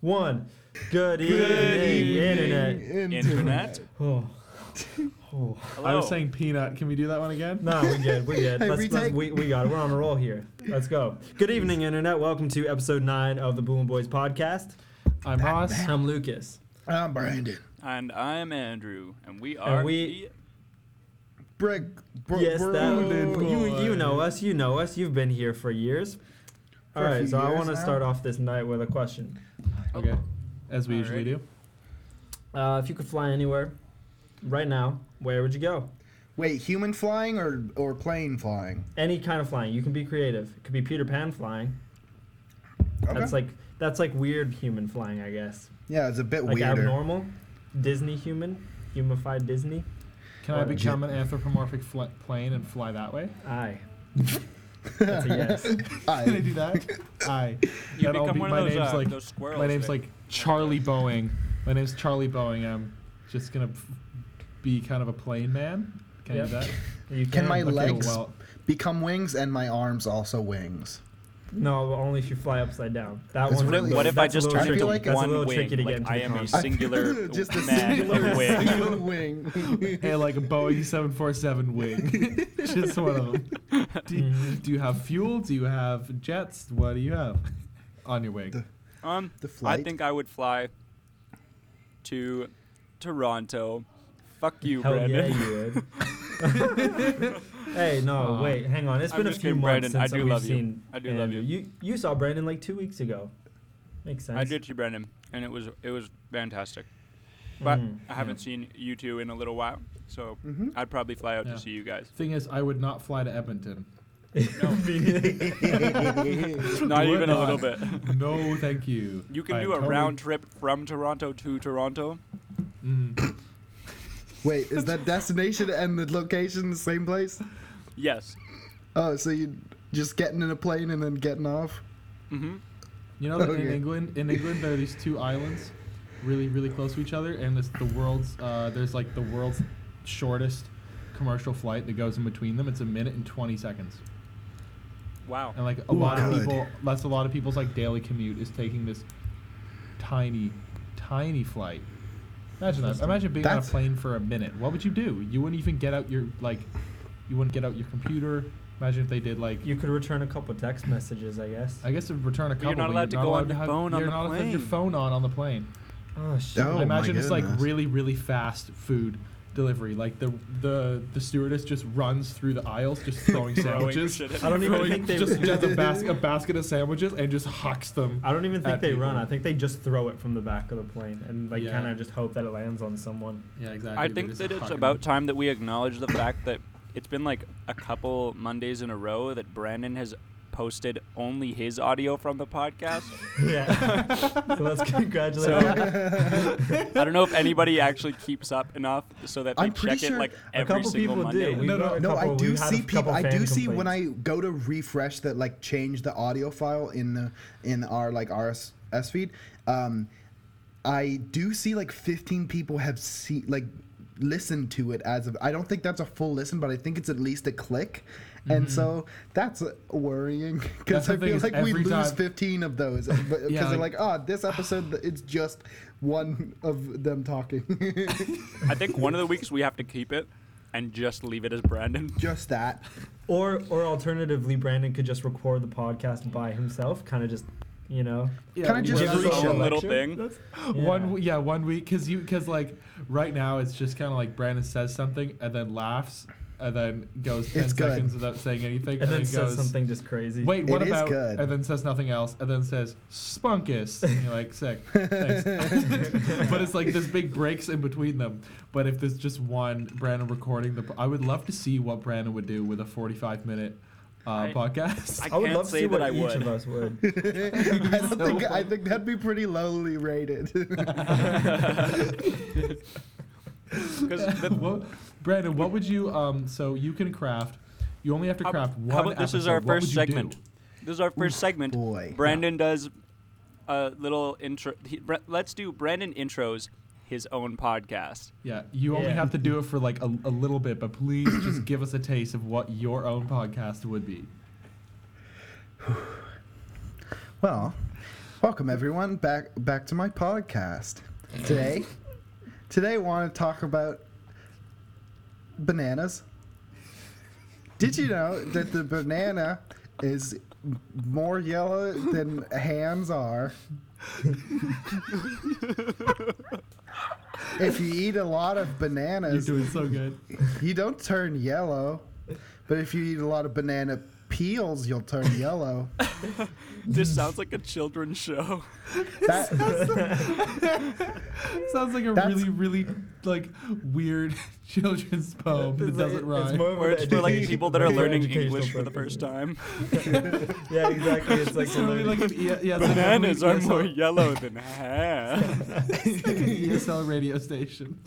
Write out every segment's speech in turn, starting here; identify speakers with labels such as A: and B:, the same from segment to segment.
A: one. Good, evening, internet.
B: Internet.
A: Oh. Oh.
B: Hello.
C: I was saying peanut. Can we do that one again?
A: No, we good. We good.
D: Hey,
A: Let's, let's,
D: retake.
A: we, we got it. We're on a roll here. Let's go. Good evening, internet. Welcome to episode nine of the Boom Boys podcast.
C: I'm Ross.
A: I'm Lucas.
D: I'm Brandon.
B: And I'm Andrew, and we are
A: we-
D: Brick. Br-
A: Yes,
D: br-
A: that
C: Boom
A: you you
C: Boys.
A: know us. You know us. You've been here for years.
D: For
A: All
D: a
A: right.
D: few
A: So I
D: years
A: want to
D: now.
A: start off this night with a question.
B: the.
C: Okay. As we usually
B: Alright.
C: do.
A: Uh, if you could fly anywhere, right now, where would you go?
D: Wait, human flying or or plane flying?
A: Any kind of flying. You can be creative. It could be Peter Pan flying. That's like that's like weird human flying, I guess.
D: yeah, it's a bit
A: Like
D: weirder.
A: abnormal, Disney human, humified Disney.
C: Can I become an anthropomorphic fl- plane and fly that way?
A: Aye. That's a yes.
C: Can I
D: I,
C: do that? I.
B: You
C: That'll
B: become
C: be-
B: one
C: my
B: of those,
C: name's
B: uh,
C: like-
B: those squirrels.
C: My name's
B: that-
C: like Charlie Boeing. My name's Charlie Boeing. I'm just gonna f- be kind of a plane man. Can I do
A: Yep.
C: that?
A: You can,
D: Can my
C: Okay,
D: legs-
C: well,
D: become wings and my arms also wings.
A: No, only if you fly upside down. That
D: That's
A: one.
B: What if,
D: really-
B: what if I just
D: I
B: turn
D: feel
B: into
D: like-
A: that's a
B: one
A: little
B: wing?
A: tricky to
B: like
A: get into
B: I
A: the
B: am a
A: concept.
B: singular
D: Just a
B: man
D: singular,
B: of wing.
D: singular wing.
C: hey, like a Boeing 747 wing. just one of them. Do,
B: Mm-hmm.
A: Mhm.
C: do you have fuel? Do you have jets? What do you have on your wing?
B: Um,
D: The
B: I
D: flight.
B: think I would fly to Toronto. Fuck you,
A: Hell yeah,
B: Brandon.
A: you would. hey, no,
C: Aw.
A: wait, hang on. It's
B: I'm
A: been a
B: just
A: few
B: kidding,
A: months
B: Brandon. I
A: since
B: do
A: we've
B: love you.
A: seen
B: I do love you.
A: Andrew. you. You saw Brandon like two weeks ago. Makes sense.
B: I did see Brandon, and it was it was fantastic. But
A: Mhm.
B: I haven't seen you two in a little while, so
D: Mhm.
B: I'd probably fly out
C: Yeah.
B: to see you guys.
C: Thing is, I would not fly to Edmonton.
B: Not
C: Would
B: even a little
C: not.
B: bit.
C: No, thank you.
B: You can
C: I
B: do a
C: totally-
B: round trip from Toronto to Toronto.
C: Mm.
D: Wait, is that destination and the location the same place?
B: Yes.
D: Oh, so you just getting in a plane and then getting off?
B: Mm-hmm.
C: You know that in
D: Okay.
C: England, in England, there are these two islands, really, really close to each other, and it's the world's. Uh, there's like the world's shortest commercial flight that goes in between them. It's a minute and twenty seconds,
B: Wow.
C: and like a
D: Ooh,
C: lot of
D: good.
C: people. That's a lot of people's like daily commute is taking this tiny, tiny flight. Imagine that. Imagine being on a
D: That's-
C: plane for a minute. What would you do? You wouldn't even get out your like. You wouldn't get out your computer. Imagine if they did like.
A: You could return a couple text messages, I guess.
C: I guess it would return a
B: But you're
C: couple. but
B: not allowed to go on your
C: have-
B: phone on
C: You're
B: the
C: not allowed to have your
B: plane.
C: phone on on the plane.
A: oh shit.
D: Oh.
C: I imagine
D: my
C: it's like
D: goodness.
C: really, really fast food delivery. Like the the the stewardess just runs through the aisles, just throwing
B: Throwing
C: sandwiches.
B: shit at
A: I don't even
B: everybody.
A: think they-
C: just just a, bas- a basket of sandwiches and just hucks them.
A: I don't even think
C: At
A: they run.
C: people.
A: I think they just throw it from the back of the plane and like
C: Yeah.
A: kind of just hope that it lands on someone.
C: Yeah, exactly.
B: I think that it's about time that we acknowledge the fact that it's been like a couple Mondays in a row that Brandon has posted only his audio from the podcast.
A: Yeah. so let's congratulate.
B: So-
A: him.
B: I don't know if anybody actually keeps up enough so that they
D: I'm pretty
B: check it
D: sure
B: like
A: a
B: every
A: couple
B: single
A: people do.
B: Monday.
A: We
C: No,
A: got a
D: No, I
A: couple-
D: do
A: we had a
D: see
A: couple
D: people. I do
A: fan
D: see when I
A: complaints.
D: go to refresh that like change the audio file in the in our like RSS feed. Um, I do see like 15 people have see like listened to it as of. I don't think that's a full listen, but I think it's at least a click. And so that's worrying
C: That's
D: because
C: the
D: I
C: thing
D: feel
C: is
D: like we
C: every
D: lose
C: time-
D: 15 of those because
C: Yeah,
D: they're
C: like-
D: like, oh, this episode it's just one of them talking,
B: I think one of the weeks we have to keep it and just leave it as Brandon.
D: just that.
A: Or, or alternatively, Brandon could just record the podcast by himself, kind of just, you know.
C: Yeah,
D: Kinda just
B: Just
D: Every
B: a
D: show.
B: little thing.
C: One
A: Yeah.
C: w- yeah, one week because you because like right now it's just kind of like Brandon says something and then laughs and then goes ten
D: It's good.
C: seconds without saying anything
A: And then
C: goes
A: says something just crazy.
C: Wait, what
D: It is
C: about?
D: good.
C: And then says nothing else, and then says spunkus, and you're like sick. Thanks. but it's like there's big breaks in between them. But if there's just one Brandon recording the, I would love to see what Brandon would do with a 45 minute uh,
B: I-
C: podcast.
B: I
A: I would
B: can't
A: love to
B: say
A: see
B: that
A: what
B: I
A: each
B: would.
A: of us would.
D: I don't think I think that'd be pretty lowly rated.
B: Because the,
C: What- Brandon, what would you? Um, so you can craft. You only have to
B: How-
C: craft
B: how
C: one.
B: about this is our
C: episode. What
B: first
C: would you do?
B: segment? This is our first segment.
D: boy.
B: Brandon does a little intro. He, Bra- let's do Brandon intros his own podcast.
C: Yeah, you only
A: Yeah.
C: have to do it for like a, a little bit, but please just give us a taste of what your own podcast would be.
D: Well, Welcome everyone back back to my podcast. Today, today I want to talk about bananas. Did you know that the banana is more yellow than hands are? if you eat a lot of
C: You're
D: bananas,
C: doing so good.
D: you don't turn yellow, but if you eat a lot of banana peels, you'll turn yellow.
B: This sounds like a children's show.
D: That,
C: Sounds like a
D: That's-
C: really, really like weird children's poem that doesn't rhyme.
A: It's more of
B: Where
A: an
B: it's for like
A: education-
B: people that are
A: more
B: learning
A: educational
B: English for the
A: purpose.
B: first time.
A: Yeah, exactly. It's like
C: It's
A: the
C: totally
A: learning-
C: like an E- yeah, it's like a
B: Bananas
C: weird
B: are more
C: ESL
B: yellow than hair.
C: E it's like an ESL radio station.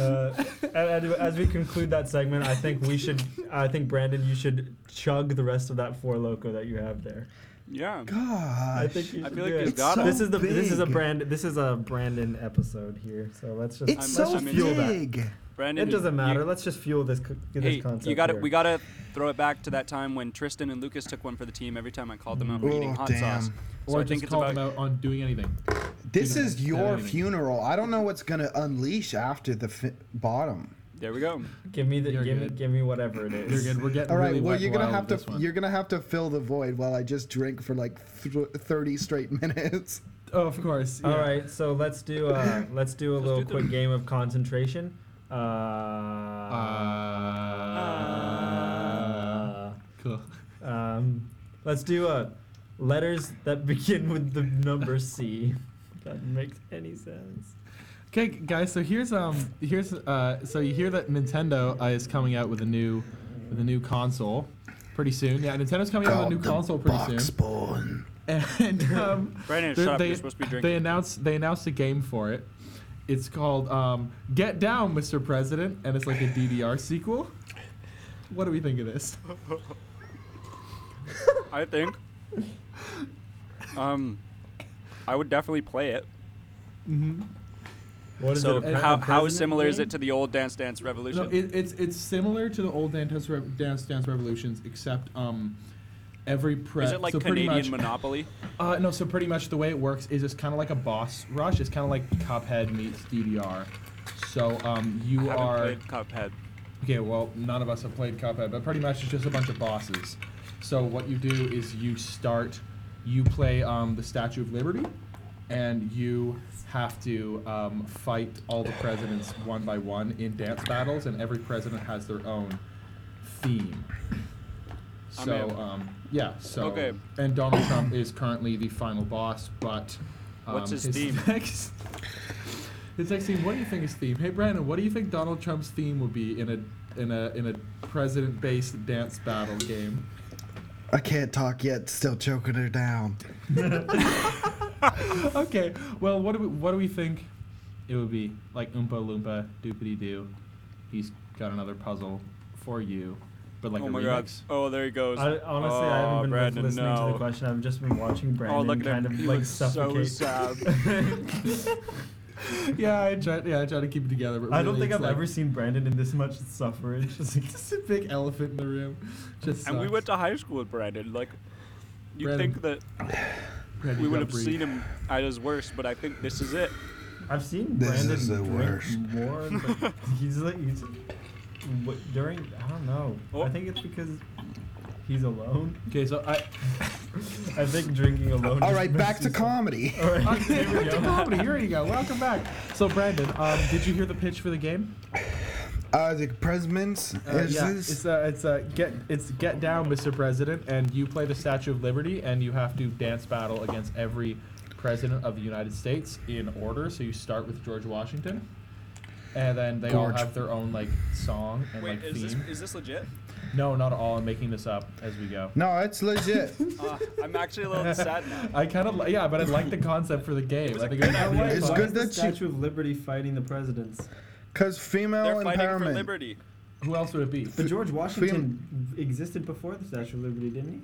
A: Uh, and- and as we conclude that segment, I think we should. I think Brandon, you should chug the rest of that four loco that you have there.
B: Yeah.
D: gosh.
A: I think you
B: I
A: should
B: feel like
A: do
B: you've
A: it.
B: got
D: So-
B: it.
A: This is the this is a
D: Big.
A: brand this is a Brandon episode here. So let's just
D: It's
B: I'm-
D: so
B: I'm
A: into that.
D: big.
B: Brandon.
A: it doesn't
B: you-
A: matter. let's just fuel this co- this
B: Hey,
A: concept.
B: you got it.
A: here.
B: We gotta throw it back to that time when Tristan and Lucas took one for the team every time I called them out for eating
D: Oh,
B: hot
D: damn.
B: sauce. So
C: Or
B: I
C: just
B: think it's
C: call them
B: about
C: out on doing anything.
D: This
C: You know,
D: is
C: that
D: your
C: anyway.
D: funeral. I don't know what's gonna unleash after the fi- bottom.
B: there we go.
A: give me the
C: You're
A: give me,
C: good.
A: give me whatever it is.
C: You're good. We're getting
D: All right.
C: Really
D: well,
C: wet
D: you're
C: and
D: gonna
C: wild
D: have to
C: with this one.
D: you're gonna have to fill the void while I just drink for like th- thirty straight minutes.
C: Oh, of course.
A: All
C: yeah.
A: right, so let's do uh, let's do a
B: Let's
A: little
B: do
A: quick
B: the-
A: game of concentration. Uh,
B: Uh,
C: Uh,
A: uh,
C: cool.
A: um, let's do uh, letters that begin with the number C. That makes any sense.
C: Okay, guys. So here's um here's uh so you hear that Nintendo uh, is coming out with a new with a new console pretty soon. Yeah, Nintendo's coming out with a
A: Oh,
C: new console pretty soon.
D: Spawn.
C: And um,
B: Brandon,
C: they-
B: shut up.
C: they-
B: You're supposed to be
C: They
B: drinking.
C: announced they announced a game for it. It's called um, Get Down, Mr. President, and it's like a DDR sequel. What do we think of this?
B: I think. Um, I would definitely play it.
C: Mm-hmm.
A: What is it?
B: So
A: a pre-
B: how
A: a
B: how
A: president
B: similar is
A: game?
B: it to the old Dance Dance
C: No,
B: Revolution?
C: it, it's it's similar to the old Dance Re- Dance Dance Revolutions, except um, every pre.
B: is it like
C: so pretty
B: Canadian
C: much-
B: Monopoly?
C: Uh, no, so pretty much the way it works is it's kind of like a boss rush. It's kind of like Cuphead meets DDR. So um, you
B: I haven't
C: are
B: played Cuphead.
C: okay. Well, none of us have played Cuphead, but pretty much it's just a bunch of bosses. So what you do is you start, you play um, the Statue of Liberty, and you have to um, fight all the presidents one by one in dance battles, and every president has their own theme.
B: I'm
C: So,
B: in.
C: um, yeah, so.
B: Okay.
C: And Donald Trump is currently the final boss, but. Um,
B: What's his theme?
C: Next, his next theme, what do you think his theme? Hey, Brandon, what do you think Donald Trump's theme would be in a in a in a president based dance battle game?
D: I can't talk yet. Still choking her down.
C: okay, well, what do we, what do we think it would be? Like Oompa Loompa, doopity doo. He's got another puzzle for you, but like
B: oh
C: a
B: my
C: remix.
B: god. Oh, there he goes.
A: I, honestly, I
B: Oh,
A: haven't been
B: Brandon,
A: listening
B: no.
A: to the question. I've just been watching Brandon
B: oh, look at
A: kind
B: him.
A: of
B: he
A: like
B: looks so
A: suffocate.
B: sad.
C: yeah, I try. Yeah, I try to keep it together. But
A: I don't
C: really
A: think
C: it's
A: I've
C: like,
A: ever seen Brandon in this much suffering. Just like-
C: Just a big elephant in the room. Just
B: and we
C: sucks.
B: went to high school with Brandon. Like, you would
C: Brandon,
B: think that
C: Brandon,
B: we
C: you
B: would
C: gotta
B: have
C: breathe.
B: seen him at his worst, but I think this is it.
A: I've seen
D: This
A: Brandon
D: is the
A: drink
D: worst.
A: more, but he's like he's what, during. I don't know. I
B: Oh.
A: think it's because he's alone.
C: Okay, so I.
A: I think drinking alone.
D: All
A: just
D: right,
A: makes
D: back
A: you
D: to
A: so-
D: comedy.
A: All right,
C: Okay,
A: here we
C: back to
A: go.
C: comedy. Here you go. Welcome back. So, Brandon, um, did you hear the pitch for the game?
D: Uh, the presidents.
C: Uh,
D: is
C: yeah,
D: this-
C: it's uh, it's uh, get it's get down, Mr. President, and you play the Statue of Liberty, and you have to dance battle against every president of the United States in order. So you start with George Washington, and then they
D: Gorge.
C: all have their own like song and
B: Wait,
C: like
B: is this
C: theme.
B: is this legit?
C: No, not at all. I'm making this up as we go.
D: no, it's legit.
B: Uh, I'm actually a little sad now.
C: I kind of li- yeah, but I like the concept for the game. I think it's
B: good
C: really
D: idea. It's
C: fun.
A: Why
D: good
A: is the
D: that you-
A: Statue of Liberty fighting the presidents.
D: Cause female
B: They're fighting for
D: empowerment.
B: liberty.
C: Who else would it be?
A: But George Washington existed before the Statue of Liberty, didn't he?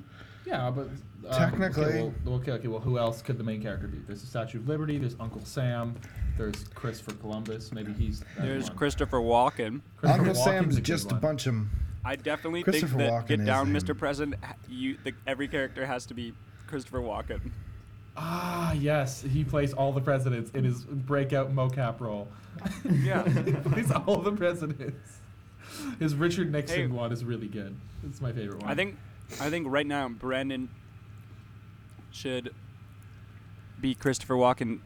C: Yeah, but um,
D: Technically-
C: Okay well, well, okay, okay, well, who else could the main character be? There's the Statue of Liberty. There's Uncle Sam. There's Christopher Columbus. Maybe he's. that
B: There's
C: one.
B: Christopher Walken.
C: Christopher
D: Uncle
C: Walken's
D: Sam's
C: a good
D: just a
C: one.
D: bunch of.
B: I definitely think
D: Christopher
B: that
D: Walken
B: Get
D: is
B: Down,
D: him.
B: Mr. President. ha- You, the, every character has to be Christopher Walken.
C: Ah, yes, he plays all the presidents in his breakout mocap role.
B: Yeah.
C: he plays all the presidents. His Richard Nixon
B: Hey.
C: one is really good. It's my favorite one.
B: I think, I think right now Brandon should be Christopher Walken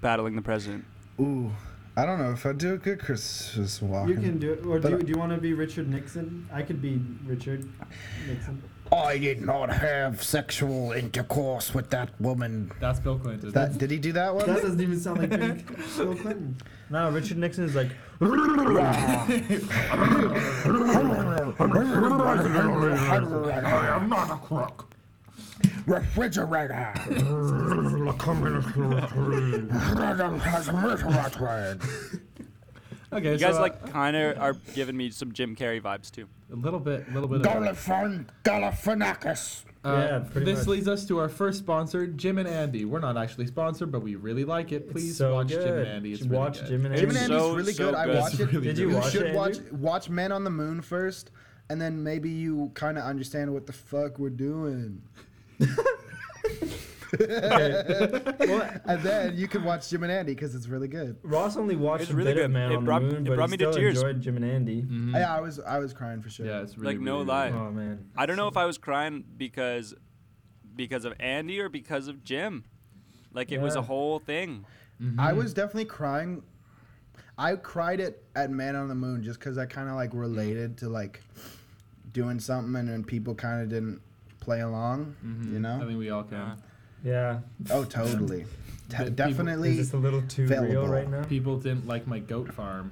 B: battling the president.
D: Ooh, I don't know if I'd do a good Christmas walk.
E: You can do it. Or
D: But
E: do,
D: I-
E: do you want to be Richard Nixon? I could be Richard Nixon.
D: I did not have sexual intercourse with that woman.
C: that's Bill Clinton.
D: That did he do that
E: That
D: one?
E: doesn't even sound like Bill Clinton.
A: No, Richard Nixon is like,
C: I'm not a crook.
D: Refrigerator.
C: Okay,
B: You
C: so
B: guys
C: uh,
B: like kind of are giving me some Jim Carrey vibes too.
C: a little bit, little bit. Of,
D: Galifon, Galifianakis.
C: Uh,
A: Yeah, pretty
C: this
A: much.
C: leads us to our first sponsor, Jim and Andy. We're not actually sponsored, but we really like it.
A: It's
C: Please
A: so
C: watch Jim
A: good.
C: and Andy. It's
A: Should
C: really
A: watch
C: good.
A: Jim and
D: Jim
A: Andy.
D: and Andy's
B: so,
D: really
B: so
D: good. I
B: good.
D: watch it.
C: Really
A: Did you
C: good.
A: watch
D: should
A: it,
D: watch
A: Andrew?
D: watch Men on the Moon first, and then maybe you kind of understand what the fuck we're doing.
A: well,
D: And then you can watch Jim and Andy because it's really good.
A: Ross only watched
B: It's
A: a
B: really
A: bit
B: good.
A: of Man
B: It
A: on
B: brought-
A: the Moon,
B: it
A: but
B: brought
A: he
B: me to
A: still
B: tears.
A: enjoyed Jim and Andy.
C: Mhm.
D: Yeah, I was I was crying for sure.
C: Yeah, it's really
B: Like, no
C: really,
B: lie.
C: really
A: Oh man,
B: I don't know if I was crying because because of Andy or because of Jim. Like it was a
A: Yeah.
B: whole thing.
C: good.
D: I
A: Mm.
C: Mhm.
D: was definitely crying. I cried it at Man on the Moon just because I kind of like related to like doing something and then people kind of didn't play along,
C: Mhm.
D: you
C: I
D: know?
C: think we all can.
B: Uh-huh.
A: yeah.
D: Oh, totally. Te-
C: People-
A: Is
D: definitely.
A: this a little too real
D: Available.
A: right now?
C: People didn't like my goat farm,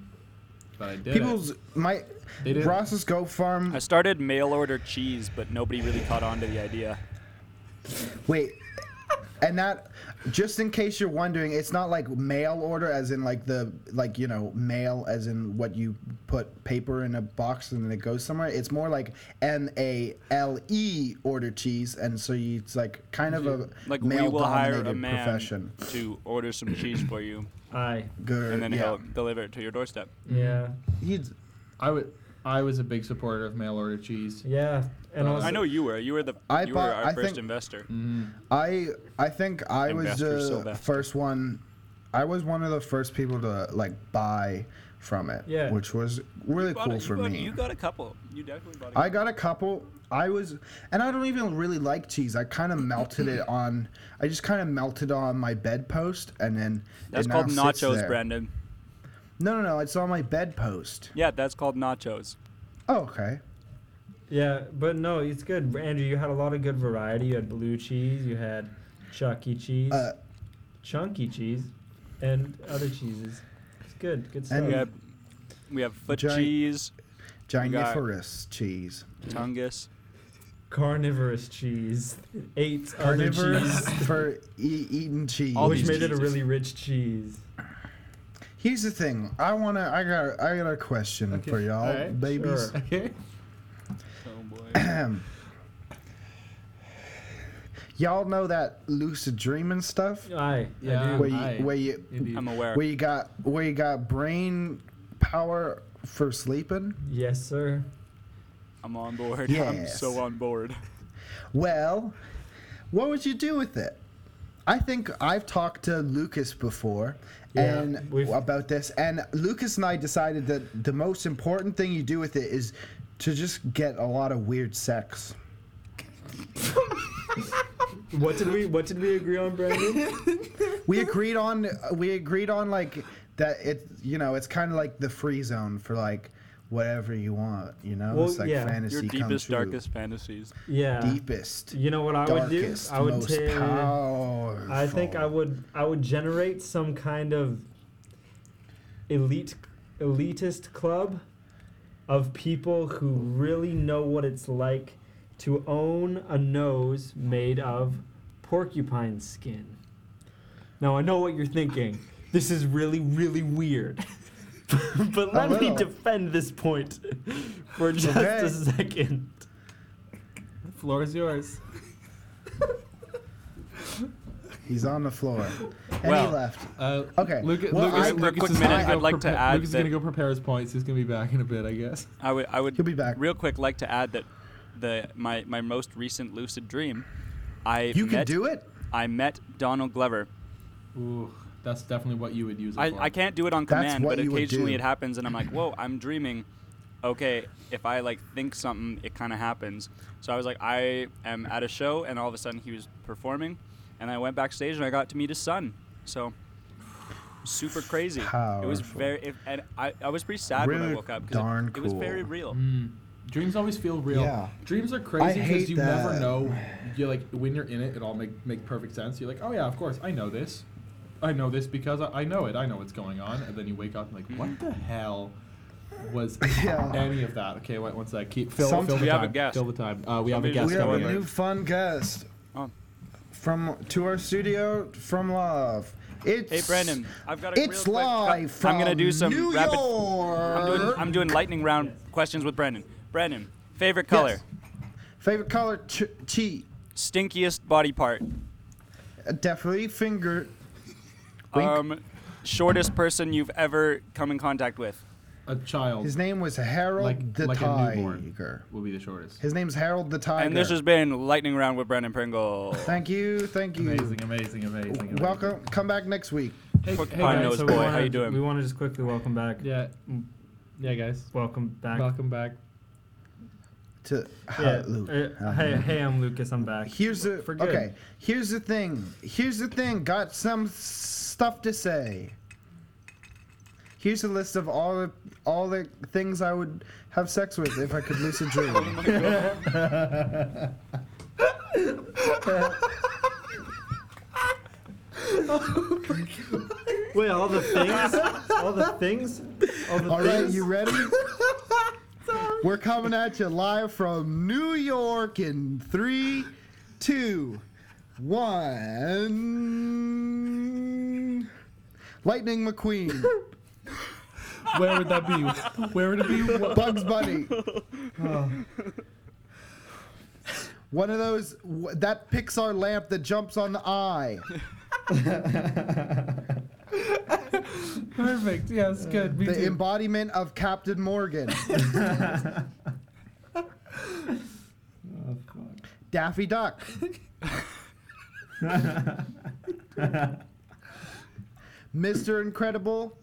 C: but I did. it.
D: People's my
C: They did.
D: Ross's goat farm.
B: I started mail order cheese, but nobody really caught on to the idea.
D: Wait, and that just in case you're wondering, it's not like mail order, as in like the like you know mail, as in what you put paper in a box and then it goes somewhere. It's more like M A L E order cheese, and so you, it's like kind of a
B: Like we
D: male
B: will hire a
D: dominated
B: man
D: profession.
B: to order some cheese for you,
A: I
D: Good,
B: and then
D: yeah.
B: he'll deliver it to your doorstep.
A: yeah
D: He's-
C: I would. I was a big supporter of mail order cheese.
A: yeah. And
C: Uh,
A: also,
B: I know you were. You were the
D: I
B: you
D: bought-
B: were our
D: I
B: first
D: think-
B: investor.
D: Mm-hmm. I I think I was
B: Investor
D: the
B: Sylvester.
D: first one. I was one of the first people to like buy from it,
A: Yeah.
D: which was really
B: You bought
D: cool
B: a- you
D: for
B: bought-
D: me.
B: You got a couple. You definitely bought a couple.
D: I got a couple. I was, and I don't even really like cheese. I kind of melted it on. I just kind of melted on my bedpost, and then
B: That's
D: it now
B: called
D: sits
B: nachos,
D: there.
B: Brandon.
D: No, no, no. It's on my bedpost.
B: Yeah, that's called nachos.
D: Oh, okay.
A: yeah, but no, it's good. Andrew, you had a lot of good variety. You had blue cheese. You had Chuck E. Cheese,
D: Uh,
A: chunky cheese, and other cheeses. It's good. Good stuff.
D: And-
B: We have we have foot
D: Mm. Giant-
B: cheese,
D: Gigantiferous cheese.
B: tungus.
A: Carnivorous cheese. Eight other
D: Carnivorous
A: cheese.
D: for e- eating cheese.
C: All
A: Which
C: these
A: made it a
C: cheeses.
A: really rich cheese.
D: Here's the thing. I wanna. I got. I got a question
C: Okay,
D: for y'all, all
C: alright,
D: babies.
A: sure.
C: Okay.
B: Oh boy.
D: y'all know that lucid dreaming stuff
A: I,
C: Yeah.
A: I do.
D: where
C: Aye.
D: you, where you
C: Indeed.
B: I'm aware.
D: where you got where you got brain power for sleeping.
A: Yes, sir.
B: I'm on board. I'm
D: Yes.
B: so on board.
D: Well, what would you do with it? I think I've talked to Lucas before
A: Yeah,
D: and
A: we've-
D: about this, and Lucas and I decided that the most important thing you do with it is to just get a lot of weird sex.
A: What did we What did we agree on, Brandon?
D: We agreed on we agreed on like that it you know it's kind of like the free zone for like whatever you want you know
A: Well,
D: it's like
A: yeah. Your
D: fantasy
B: Your
D: come
B: deepest,
D: true.
B: darkest fantasies.
A: Yeah.
D: deepest
A: You know what I would do?
D: darkest
A: I would
D: most
A: take.
D: powerful.
A: I think I would I would generate some kind of elite elitist club of people who really know what it's like to own a nose made of porcupine skin. Now I know what you're thinking. This is really really weird. but let me
D: little.
A: defend this point for just
D: Okay.
A: a second.
C: The floor is yours.
D: He's on the floor. And
B: Well,
D: he left.
C: Uh,
D: Okay.
C: Lucas,
D: Well,
C: Lucas,
D: I-
B: For a quick
C: Lucas is
B: minute,
C: gonna go
B: I'd like to
C: prepa-
B: add
C: Lucas is gonna
B: that-
C: go prepare his points. He's gonna be back in a bit, I guess.
B: I would, I would
D: He'll be back.
B: real quick like to add that the my my most recent lucid dream. I
D: You can
B: met-
D: do it?
B: I met Donald Glover.
C: Ooh, that's definitely what you would use it
B: I,
C: for.
B: I can't do it on
D: That's
B: command,
D: what
B: but
D: you would
B: occasionally
D: do.
B: it happens, and I'm like, whoa, I'm dreaming. Okay, if I like think something, it kind of happens. So I was like, I am at a show, and all of a sudden he was performing, and I went backstage and I got to meet his son. So super crazy. It was
D: Powerful.
B: very, if, and I, I was pretty sad when I
D: Really
B: woke up
D: darn
B: it, it was very
D: cool.
B: real.
C: Mm. Dreams always feel real.
D: Yeah.
C: Dreams are crazy
D: hate
C: because you never
D: that.
C: know. You like when you're in it, it all make make perfect sense. You're like, oh yeah, of course, I know this. I know this because I, I know it. I know what's going on. And then you wake up and like, what the hell was
D: Yeah.
C: any of that? Okay, wait one sec. Keep fill, fill
D: Sometime-
C: the
D: We
B: have a
C: time.
B: guest.
C: Fill the time. Uh, we have a
B: Somebody
C: guest
D: we have a
C: coming in.
D: new fun guest
B: Oh.
D: from to our studio from love. It's
B: Hey Brandon, I've got a real
D: It's
B: quick-
D: live from
B: I'm gonna do some
D: New
B: rapid.
D: York.
B: I'm doing, I'm doing lightning round questions with Brandon. Brandon, favorite color,
D: Favorite color? Ch- cheat.
B: stinkiest body part,
D: Uh, Definitely finger. Wink.
B: um, shortest person you've ever come in contact with.
C: A child
D: His name was Harold
C: Like-
D: the
C: like a newborn.
D: Tiger.
C: will be the shortest.
D: His name's Harold the Tiger.
B: And this has been lightning round with Brandon Pringle.
D: Thank you, thank you.
C: Amazing, amazing, amazing. amazing.
D: Welcome. Come back next week.
C: Hey,
B: Quick
C: hey
B: pine
C: guys.
B: nose
C: so-
B: boy,
A: we wanna,
B: how you doing?
A: We want to just quickly welcome back.
C: Yeah. Mm. Yeah, guys.
A: Welcome back.
C: Welcome back.
D: To
A: Yeah.
D: Luke.
A: uh, hey, hey, I'm Lucas. I'm back.
D: Here's the
A: For good.
D: okay. Here's the thing. Here's the thing. Got some stuff to say. Here's a list of all the all the things I would have sex with if I could lucid dream.
A: Wait, all the things? all the things? All the
D: all right,
A: things?
D: you ready? We're coming at you live from New York in three, two, one. Lightning McQueen,
C: Where would that be? Where would it be? What-
D: Bugs Bunny. One of those w- that Pixar lamp that jumps on the eye.
C: Perfect. Yes, good. Me
D: The
C: too.
D: embodiment of Captain Morgan. Daffy Duck. Mr. Incredible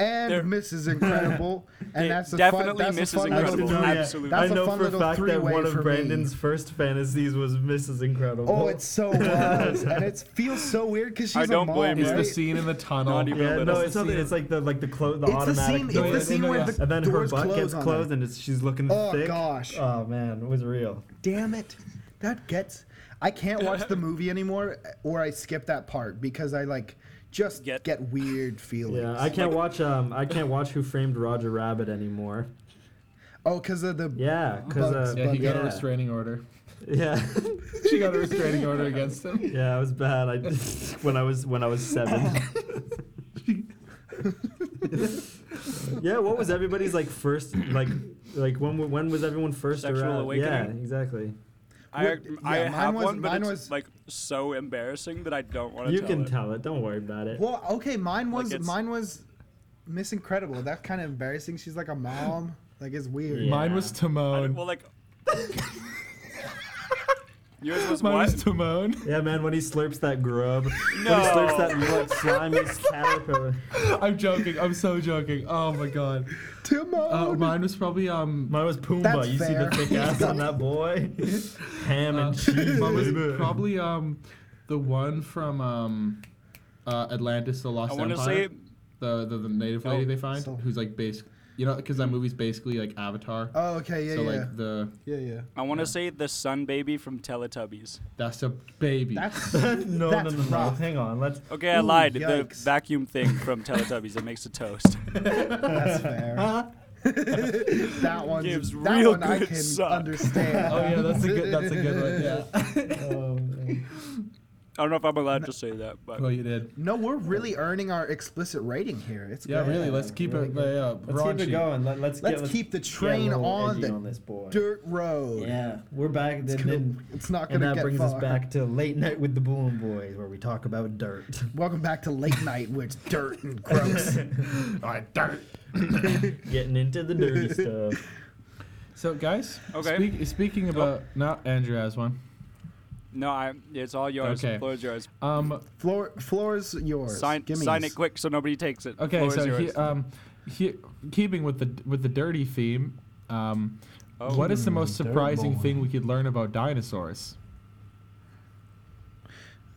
D: and
B: There-
D: Mrs. Incredible. And that's a
B: Definitely
D: fun, that's
B: Mrs.
D: A fun
A: I
B: Incredible.
A: know,
D: Little,
A: yeah.
B: Absolutely.
D: That's
A: I
D: a
A: know
D: fun
A: for a
D: little
A: fact that
D: three-way
A: one of
D: for me.
A: Brandon's first fantasies was Mrs. Incredible.
D: oh, it so was. and it feels so weird because she's
B: I
D: a
B: don't
D: mom,
B: blame you.
C: Is
D: right?
C: the scene in the tunnel?
B: Not even-
A: yeah, no,
B: but that's
A: it's
C: the
A: something.
C: scene.
A: It's like the like the clo- the
D: It's the
A: automatic.
D: scene. It's
A: door.
D: the
C: doors.
D: scene
C: Yeah,
D: where
C: yeah.
D: the
A: and then her
D: doors
A: butt
D: close
A: gets
D: on her.
A: closed, and it's she's looking
D: Oh,
A: thick.
D: gosh.
A: Oh man, it was real.
D: Damn it. That gets. I can't watch the movie anymore, or I skip that part because I like just
B: Get-
D: get, weird feelings.
A: Yeah, I can't watch um I can't watch Who Framed Roger Rabbit anymore.
D: oh, because of the.
A: Yeah, because
D: Oh, Bugs,
A: uh,
C: Yeah, he got a
A: yeah.
C: restraining order.
A: yeah,
C: She got a restraining order against him.
A: yeah, it was bad. I when I was when I was seven. yeah, what was everybody's like first like like when w- when was everyone first
B: Sexual
A: aroused?
B: awakening?
A: Yeah, exactly.
B: I,
D: What-
B: I
D: yeah,
B: have
D: mine was-
B: one, but
D: mine
B: it's
D: was-
B: like so embarrassing that I don't want to
A: You
B: tell
A: can
B: it.
A: tell it. Don't worry about it.
D: Well, okay, mine
B: Like
D: was
B: it's-
D: mine was Miss Incredible. That's kind of embarrassing. She's like a mom. Like it's weird.
A: Yeah.
C: Mine was
B: I don't-
C: Timon.
B: well, like yours was
C: Mine
B: what?
C: was Timon.
A: Yeah, man, when he slurps that grub, when he
B: No.
A: slurps that like, slimy caterpillar.
C: I'm joking. I'm so joking. Oh my god.
D: Timon.
C: Uh, mine was probably um.
A: Mine was Pumbaa.
D: That's
A: you
D: fair.
A: see the thick ass on that boy? Ham
C: uh,
A: and cheese.
C: mine was
A: baby.
C: probably um, the one from um, uh, Atlantis: The Lost
B: I want
C: Empire.
B: to say
C: the, the the native lady
B: Oh,
C: they find,
D: so-
C: who's like basic. You know, because that movie's basically like Avatar.
D: oh, okay, yeah,
C: so
D: yeah,
C: like the
D: yeah, yeah.
B: I want to say the sun baby from Teletubbies.
C: that's a baby.
D: That's
A: no,
D: That's
A: no, no, no.
D: rough.
A: Hang on. Let's.
B: Okay, I
D: Ooh,
B: lied. The
D: yikes.
B: vacuum thing from Teletubbies that makes a toast.
D: that's fair. that one
B: Gives
D: that
B: real
D: one I
B: good
D: can
B: suck.
D: understand.
C: oh yeah, that's a good that's a good one. Yeah.
A: Oh,
B: I don't know if I'm allowed to say that, but
C: well, Oh, you did.
D: No, we're really earning our explicit rating here. It's
C: Yeah,
D: good.
C: really. Let's keep
A: really
C: it.
A: good.
C: Yeah,
A: Let's keep it
C: raunchy.
A: going. Let, let's
D: Let's
A: get, let's
D: keep the
A: get a
D: train
A: little
D: on
A: edgy
D: the
A: on this boy.
D: dirt road.
A: Yeah, we're back. Then,
D: It's, gonna-
A: then,
D: it's not
A: and
D: gonna
A: that
D: get
A: brings
D: far.
A: us back to late night with the Boom Boys, where we talk about dirt.
D: Welcome back to late night, where it's dirt and gross.
C: All right, dirt.
A: Getting into the dirty stuff.
C: So guys,
B: Okay.
C: speak, speaking about not Andrew has one.
B: No, I. It's all yours.
C: Okay.
B: Floor is yours.
C: Um,
D: Floor, floor's yours.
B: Sign,
D: Gimme.
B: sign it quick so nobody takes it.
C: okay,
B: Floor is
C: so he,
B: yours.
D: uh,
C: um, he, keeping with the with the dirty theme, um,
B: Oh.
C: what is the most
D: Dirt
C: surprising
D: boy.
C: thing we could learn about dinosaurs?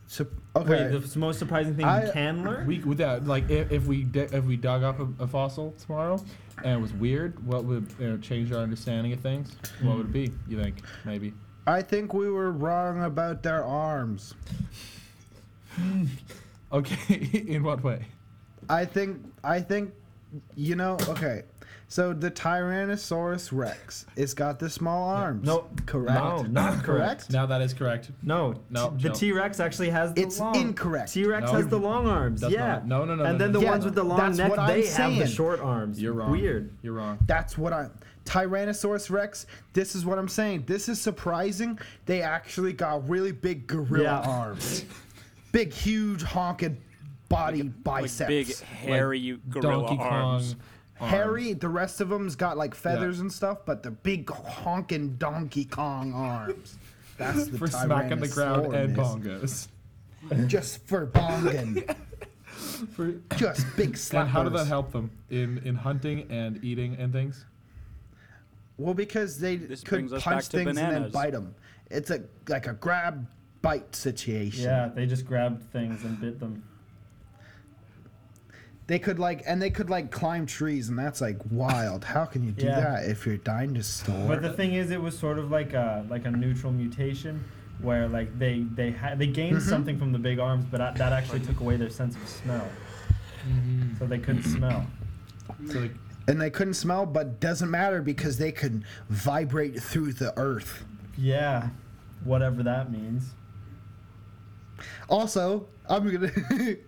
D: So, okay.
A: Wait, the s- most surprising thing
D: I-
A: you can learn?
C: We with that, like if, if we di- if we dug up a, a fossil tomorrow and it was weird, what would you know, change our understanding of things? What would it be? You think maybe?
D: I think we were wrong about their arms.
C: Okay, in what way?
D: I think I think you know, okay. So the Tyrannosaurus Rex, it's got the small arms.
A: no,
D: correct.
A: No, not correct.
D: correct.
C: Now that is correct.
A: No,
C: No,
A: t- the
C: no.
A: T Rex actually has the
D: It's
A: long.
D: incorrect.
A: T Rex
C: No.
A: has the long arms.
C: That's
A: yeah.
C: not- no, no, no,
A: And
C: no,
A: then
C: no,
A: the
D: no,
A: ones
D: no.
A: with the long
D: That's
A: neck,
D: what I'm
A: they have the
D: saying.
A: short arms.
C: You're wrong.
A: Weird.
C: You're wrong.
D: That's what I Tyrannosaurus Rex, this is what I'm saying. This is surprising. They actually got really big gorilla
A: Yeah.
D: arms. big huge honking body biceps.
B: Like big hairy gorilla
C: Donkey
B: arms.
C: Kong. arms.
D: Harry, the rest of them's got like feathers and stuff, but the big honking Donkey Kong arms. That's the
C: for smacking the ground and
D: Tyrannosaurus.
C: bongos.
D: Just for bonging.
C: For,
D: Just big slappers.
C: and how did that help them in in hunting and eating and things?
D: Well, because they
B: This
D: could
B: brings us
D: punch
B: back to
D: things and then
B: bananas.
D: bite them. It's a like a grab bite situation.
A: Yeah, they just grabbed things and bit them.
D: They could like and they could like climb trees and that's like wild. How can you do
A: Yeah.
D: that if you're a dinosaur?
A: But the thing is, it was sort of like a like a neutral mutation, where like they they ha- they gained
E: Mm-hmm.
A: something from the big arms, but that that actually took away their sense of smell,
E: Mm-hmm.
A: so they couldn't smell.
C: So like,
D: and they couldn't smell, but doesn't matter because they could vibrate through the earth.
A: Yeah, whatever that means.
D: Also, I'm gonna.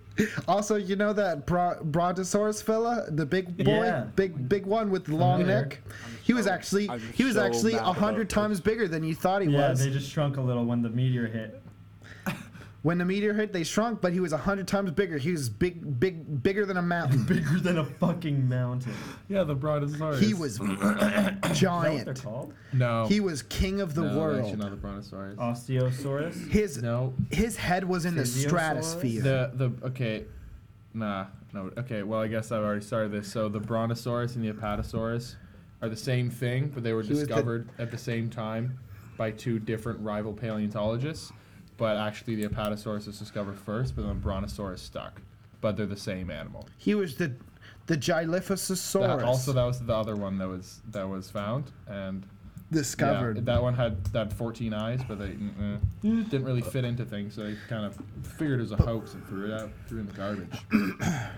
D: also, you know that bro- Brontosaurus fella, the big boy,
A: Yeah.
D: big big one with the long
A: Familiar.
D: neck. He was
B: so-
D: actually
B: I'm
D: he was
B: so
D: actually
B: mad
D: a
B: about
D: hundred
B: this.
D: times bigger than you thought he
A: Yeah,
D: was.
A: they just shrunk a little when the meteor hit.
D: When the meteor hit, they shrunk, but he was a hundred times bigger. He was big, big, bigger than a mountain.
A: Bigger than a fucking mountain.
C: yeah, the brontosaurus.
D: he was
A: Is that what they're
D: giant.
A: called?
C: no.
D: He was king of the
C: no, Actually, not
D: world. Uh,
C: the brontosaurus.
A: Osteosaurus.
D: His
C: no,
D: his head was in the
A: Plesiosaurus?
D: stratosphere.
C: the the okay, nah, no. Okay, well I guess I've already started this. So the brontosaurus and the apatosaurus are the same thing, but they were
D: was the-
C: discovered at the same time by two different rival paleontologists. But actually, the apatosaurus was discovered first, but then the brontosaurus stuck. But they're the same animal.
D: he was the the Gylophosaurus
C: That, also, that was the other one that was that was found, and yeah,
D: discovered.
C: that one had that 14 eyes, but they mm, mm, didn't really fit into things, so they kind of figured it was a hoax and threw it out, threw it in the garbage.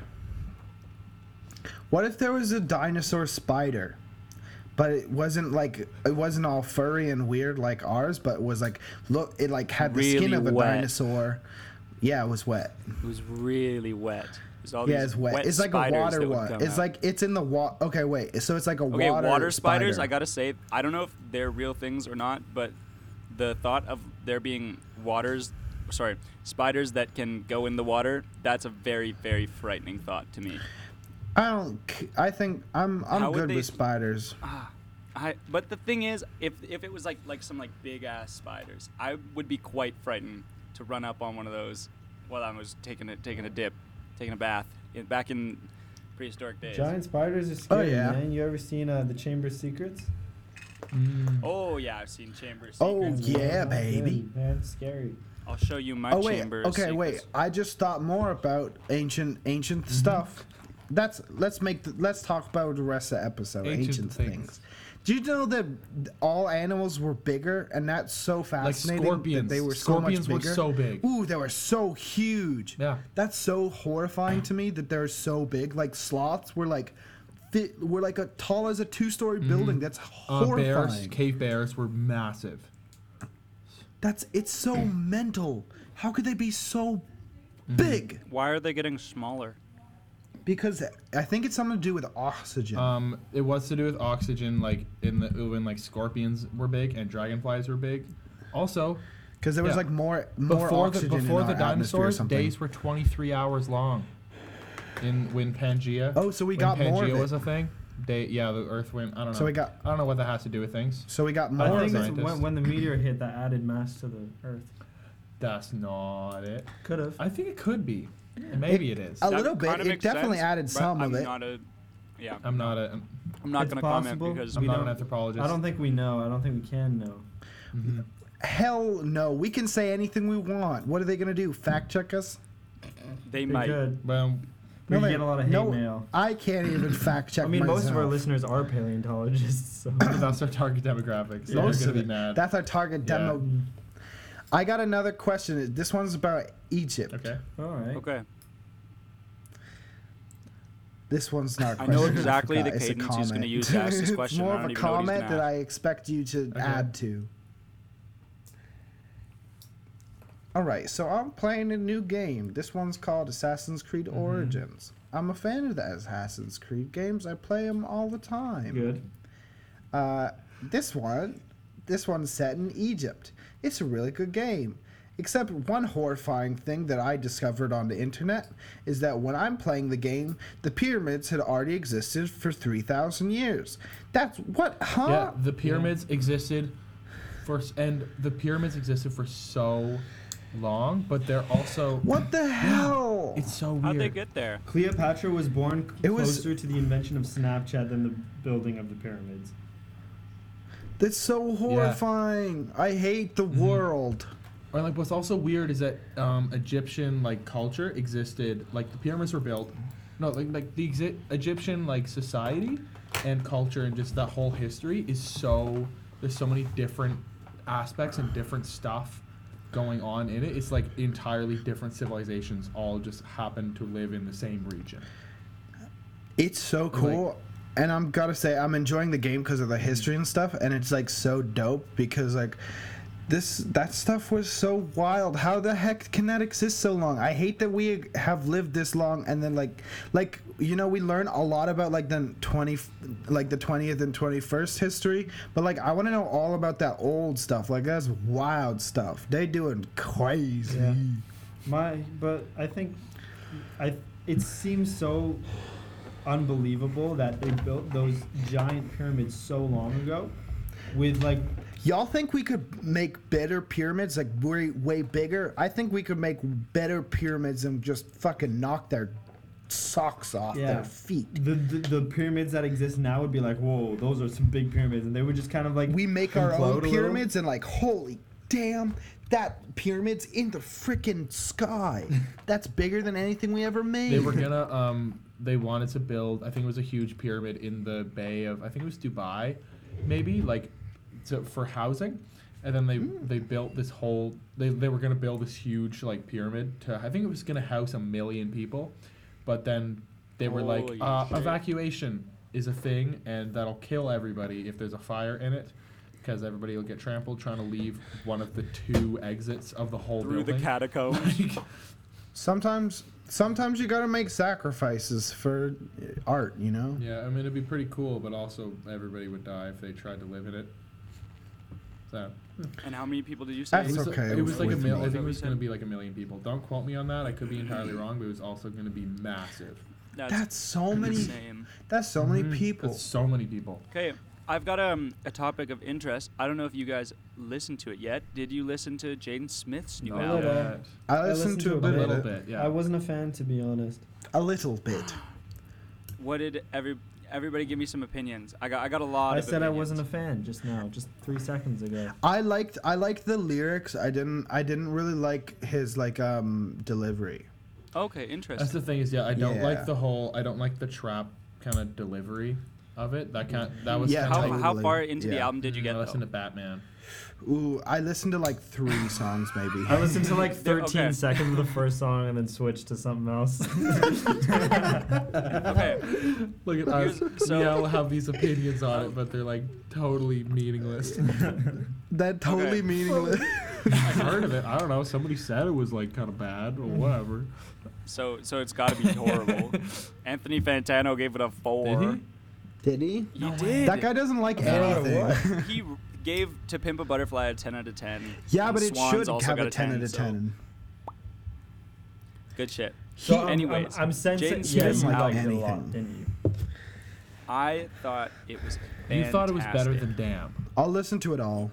D: What if there was a dinosaur spider? But it wasn't like it wasn't all furry and weird like ours, but it was like look it like had the skin
B: Really
D: of a
B: wet.
D: dinosaur. Yeah, it was wet.
B: It was really wet. There's all
D: yeah,
B: these
D: it's wet. It's like a
B: spiders
D: water
B: that would
D: one.
B: come
D: It's
B: out.
D: like it's in the water. Okay, wait. So it's like a
B: Okay,
D: water
B: water, spiders.
D: spider.
B: I gotta say, I don't know if they're real things or not, but the thought of there being waters, sorry, spiders that can go in the water—that's a very, very frightening thought to me.
D: I don't. c- I think I'm I'm
B: How would
D: good
B: they-
D: with spiders.
B: I, but the thing is, if if it was like like some like big ass spiders, I would be quite frightened to run up on one of those while I was taking a taking a dip, taking a bath in, back in prehistoric days.
E: Giant spiders are scary,
D: Oh, yeah.
E: man. You ever seen uh, the Chamber of Secrets?
C: Mm.
B: Oh yeah, I've seen chambers.
D: Oh
E: Not
D: yeah,
E: good,
D: baby.
E: man, scary.
B: I'll show you my
D: Oh wait.
B: chamber.
D: Okay, wait. I just thought more about ancient ancient
C: Mm-hmm.
D: stuff. That's let's make th- let's talk about the rest of the episode. Ancient,
C: Ancient
D: things.
C: things.
D: Do you know that all animals were bigger, and that's so
C: like
D: fascinating
C: scorpions,
D: that they were
C: scorpions
D: so much
C: were
D: bigger.
C: so big.
D: Ooh, they were so huge.
C: Yeah.
D: That's so horrifying to me that they're so big. Like sloths were like fit were like a tall as a two-story building. That's
C: Mm-hmm. Uh,
D: horrifying.
C: bears, cave bears were massive.
D: That's it's so mental. How could they be so
C: Mm-hmm.
D: big?
B: Why are they getting smaller?
D: Because I think it's something to do with oxygen.
C: Um, it was to do with oxygen, like in the when like scorpions were big and dragonflies were big. Also,
D: Because there was
C: yeah.
D: like more more
C: before the
D: oxygen
C: before
D: in
C: the
D: our atmosphere or
C: dinosaurs,
D: something.
C: days were 23 hours long. In when Pangea.
D: Oh, so we
C: when
D: got
C: Pangea
D: more of it.
C: was a thing. Day, yeah, the Earth went. I don't know.
D: So we got-
C: I don't know what that has to do with things.
D: so we got
A: I
D: more.
C: Or
A: think it's
C: scientist.
A: when, when the meteor hit that added mass to the Earth.
C: That's not it.
A: Could have.
C: I think it could be. Maybe it is.
D: A
C: i
B: That
D: little bit.
B: kinda
D: It
B: makes
D: definitely
B: sense,
D: added
B: but
D: some
B: I'm
D: of it.
B: Not a, yeah,
C: I'm not a.
B: I'm not
A: It's
B: going to
A: possible.
B: comment because
C: I'm
A: We
C: not an
A: don't-
C: anthropologist. Mm-hmm.
A: I don't think we know. I don't think we can know.
D: Hell no. We can say anything we want. What are they gonna do? Fact check us?
B: they
A: They
B: might.
A: could.
C: Well,
A: We
D: they-
A: get a lot of hate
D: no,
A: mail.
D: I can't even fact check.
A: I mean, most of our
D: myself.
A: listeners are paleontologists, so
C: that's our target demographic. So
A: Yeah.
C: they're
D: Most
C: gonna
D: of
C: be
D: it.
C: mad.
D: That's our target
C: Yeah.
D: demo. I got another question. This one's about Egypt.
C: okay.
A: all right.
B: Okay.
D: This one's not. a
B: I know
D: question,
B: exactly the
D: forgot. It's a
B: cadence he's gonna
D: comment.
B: use to ask this question. I
D: it's more
B: don't
D: of a
B: even know what he's
D: comment
B: gonna
D: that I
B: ask.
D: expect you to
C: Okay.
D: add to. All right, so I'm playing a new game. This one's called Assassin's Creed Origins. I'm a fan of the Assassin's Creed games. I play them all the time.
A: Good.
D: Uh, this one, this one's set in Egypt. It's a really good game. Except one horrifying thing that I discovered on the internet is that when I'm playing the game, the pyramids had already existed for 3,000 years. That's what,
C: Yeah,
D: huh?
C: the pyramids existed for, s- and the pyramids existed for so long, but they're also.
D: What the hell?
C: It's so weird.
B: How'd they get there?
E: Cleopatra was born c-
D: It was-
E: closer to the invention of Snapchat than the building of the pyramids.
D: That's so horrifying. I hate the
C: Mm-hmm.
D: world.
C: Or like what's also weird is that um, Egyptian like culture existed like the pyramids were built. No, like like the exi- Egyptian like society and culture and just that whole history is so there's so many different aspects and different stuff going on in it. It's like entirely different civilizations all just happen to live in the same region.
D: It's so cool. and I'm gotta say, I'm enjoying the game because of the history and stuff, and it's like so dope because like this that stuff was so wild. How the heck can that exist so long? I hate that we have lived this long, and then like like you know we learn a lot about like the twenty like the twentieth and twenty first history, but like I want to know all about that old stuff. Like that's wild stuff. They doing crazy.
E: Yeah. My, but I think, I it seems so unbelievable that they built those giant pyramids so long ago, with like
D: Y'all think we could make better pyramids, like way, way bigger? I think we could make better pyramids and just fucking knock their socks off
E: Yeah.
D: their feet.
E: the, the the pyramids that exist now would be like, whoa, those are some big pyramids, and they would just kind of like
D: We make our
E: implode a
D: own
E: little.
D: pyramids and like, holy damn, that pyramid's in the freaking sky. That's bigger than anything we ever made.
C: They were gonna um they wanted to build I think it was a huge pyramid in the bay of I think it was Dubai, maybe like to, for housing. And then they they built this whole they, they were gonna build this huge like pyramid to I think it was gonna house a million people. But then they were
B: Holy
C: like uh,
B: shit.
C: evacuation is a thing and that'll kill everybody if there's a fire in it. Because everybody will get trampled trying to leave one of the two exits of the whole
B: Through the
C: building.
B: catacombs.
D: sometimes, sometimes you gotta make sacrifices for uh, art, you know?
C: Yeah, I mean it'd be pretty cool, but also everybody would die if they tried to live in it. So
B: and how many people did you say?
D: That's
C: it was,
D: okay
C: It was like a
D: with
C: mil-
D: me.
C: I think it was gonna be like a million people. Don't quote me on that. I could be entirely wrong, but it was also gonna be massive.
B: That's,
D: That's so many.
B: insane.
D: That's so
B: Mm.
D: many people.
C: Mm-hmm. That's so many people.
B: Okay, I've got um, a topic of interest. I don't know if you guys listened to it yet. Did you listen to Jaden Smith's new
C: Not
E: little
B: album?
E: bit.
C: yet.
D: I listened to a
C: A
D: bit
C: little
D: of it.
C: bit, yeah.
E: I wasn't a fan to be honest.
D: A little bit.
B: What did every everybody give me some opinions? I got I got a lot.
A: I
B: of
A: said I
B: opinions.
A: wasn't a fan just now, just three seconds ago.
D: I liked I liked the lyrics. I didn't I didn't really like his like um delivery.
B: Okay,
C: That's
B: interesting.
C: the thing is, yeah, I don't
D: Yeah.
C: like the whole. I don't like the trap kind of delivery of it. That kind. That was
D: Yeah,
C: Kinda
B: How,
C: like,
D: totally.
B: how far into the
D: Yeah.
B: album did you get?
C: I listened
B: Though?
C: to Batman.
D: Ooh, I listened to like three songs maybe.
A: I listened to like
B: They're-
A: 13
B: okay.
A: seconds of the first song and then switched to something else.
B: Okay,
C: Look at
B: Here's-
C: us.
B: so-
C: we all have these opinions on it, but they're like totally meaningless.
D: that totally
B: Okay.
D: meaningless.
C: I heard of it. I don't know. Somebody said it was like kind of bad or
B: Mm-hmm.
C: whatever.
B: so so it's got to be horrible. Anthony Fantano gave it a four.
C: Did he?
D: Did he?
B: You did.
D: That guy doesn't like
A: No,
D: anything.
B: he r- gave To Pimp a Butterfly a 10 out of 10.
D: yeah,
B: and
D: but it
B: Swans
D: should
B: also
D: have
B: got
D: a ten out of
B: so
D: ten.
B: Good shit.
A: so I'm-
B: anyways,
A: I'm, I'm sensing.
B: Jaden
A: Yeah,
B: Smith's
A: you liked it a
D: album.
A: lot, didn't you?
B: I thought it was.
C: You thought it was better than
B: fantastic.
C: Damn.
D: I'll listen to it all.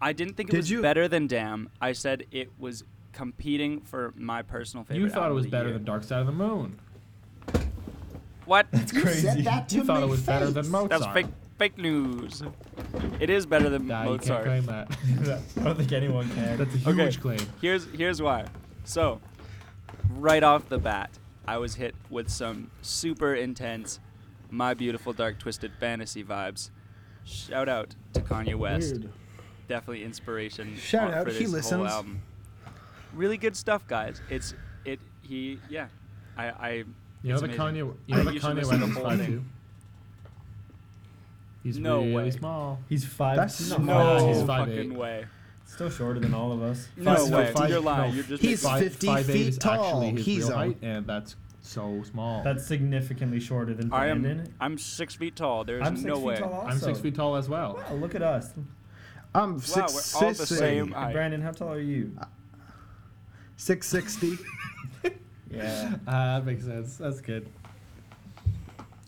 B: I didn't think it
D: Did
B: was
D: you-
B: better than Damn. I said it was competing for my personal favorite.
C: You thought it
B: album
C: was
B: of the
C: better
B: year.
C: than Dark Side of the Moon.
B: what?
F: You said that to
C: You thought
F: me
C: it was better than
F: face.
C: Mozart.
B: That's fake fake news. It is better than
C: Nah, you can't
B: Mozart.
C: claim that.
A: I don't think anyone can.
C: That's a huge
B: Okay.
C: claim.
B: Here's here's why. So, right off the bat, I was hit with some super intense, my beautiful dark twisted fantasy vibes. Shout out to Kanye West.
D: Weird.
B: Definitely inspiration.
D: Shout
B: on-
D: out,
B: for
D: he
B: this Whole
D: listens.
B: album. Really good stuff, guys. It's it he yeah. I I
C: You know
B: It's
C: the
B: amazing.
C: Kanye. You
B: I
C: know the
B: usually
C: Kanye
B: listen to
C: West
B: the
C: five
B: whole
C: two. He's
B: No
C: really
B: way.
C: small.
E: He's five.
D: That's
E: no,
D: not-
C: not?
B: no
C: He's five
B: fucking
C: eight.
B: way.
E: still shorter than all of us.
B: No
C: Five-
B: way.
C: five-
B: You're lying.
C: no.
B: You're just
D: He's
C: Five-
D: 50
C: five eight
D: feet
C: is
D: tall.
C: Actually his
D: He's
C: real
D: a-
C: height, and that's so small.
E: That's significantly shorter than
B: I
E: Brandon.
B: am I'm six feet tall. There's
E: I'm six
B: no
E: feet
B: way.
E: tall also.
C: I'm six feet tall as well.
E: Wow, look at us.
D: I'm
B: Wow,
D: Um, six,
B: we're all the same
E: And
B: height.
E: Brandon, how tall are you?
D: six sixty.
E: Yeah.
C: Uh, that makes sense. That's good.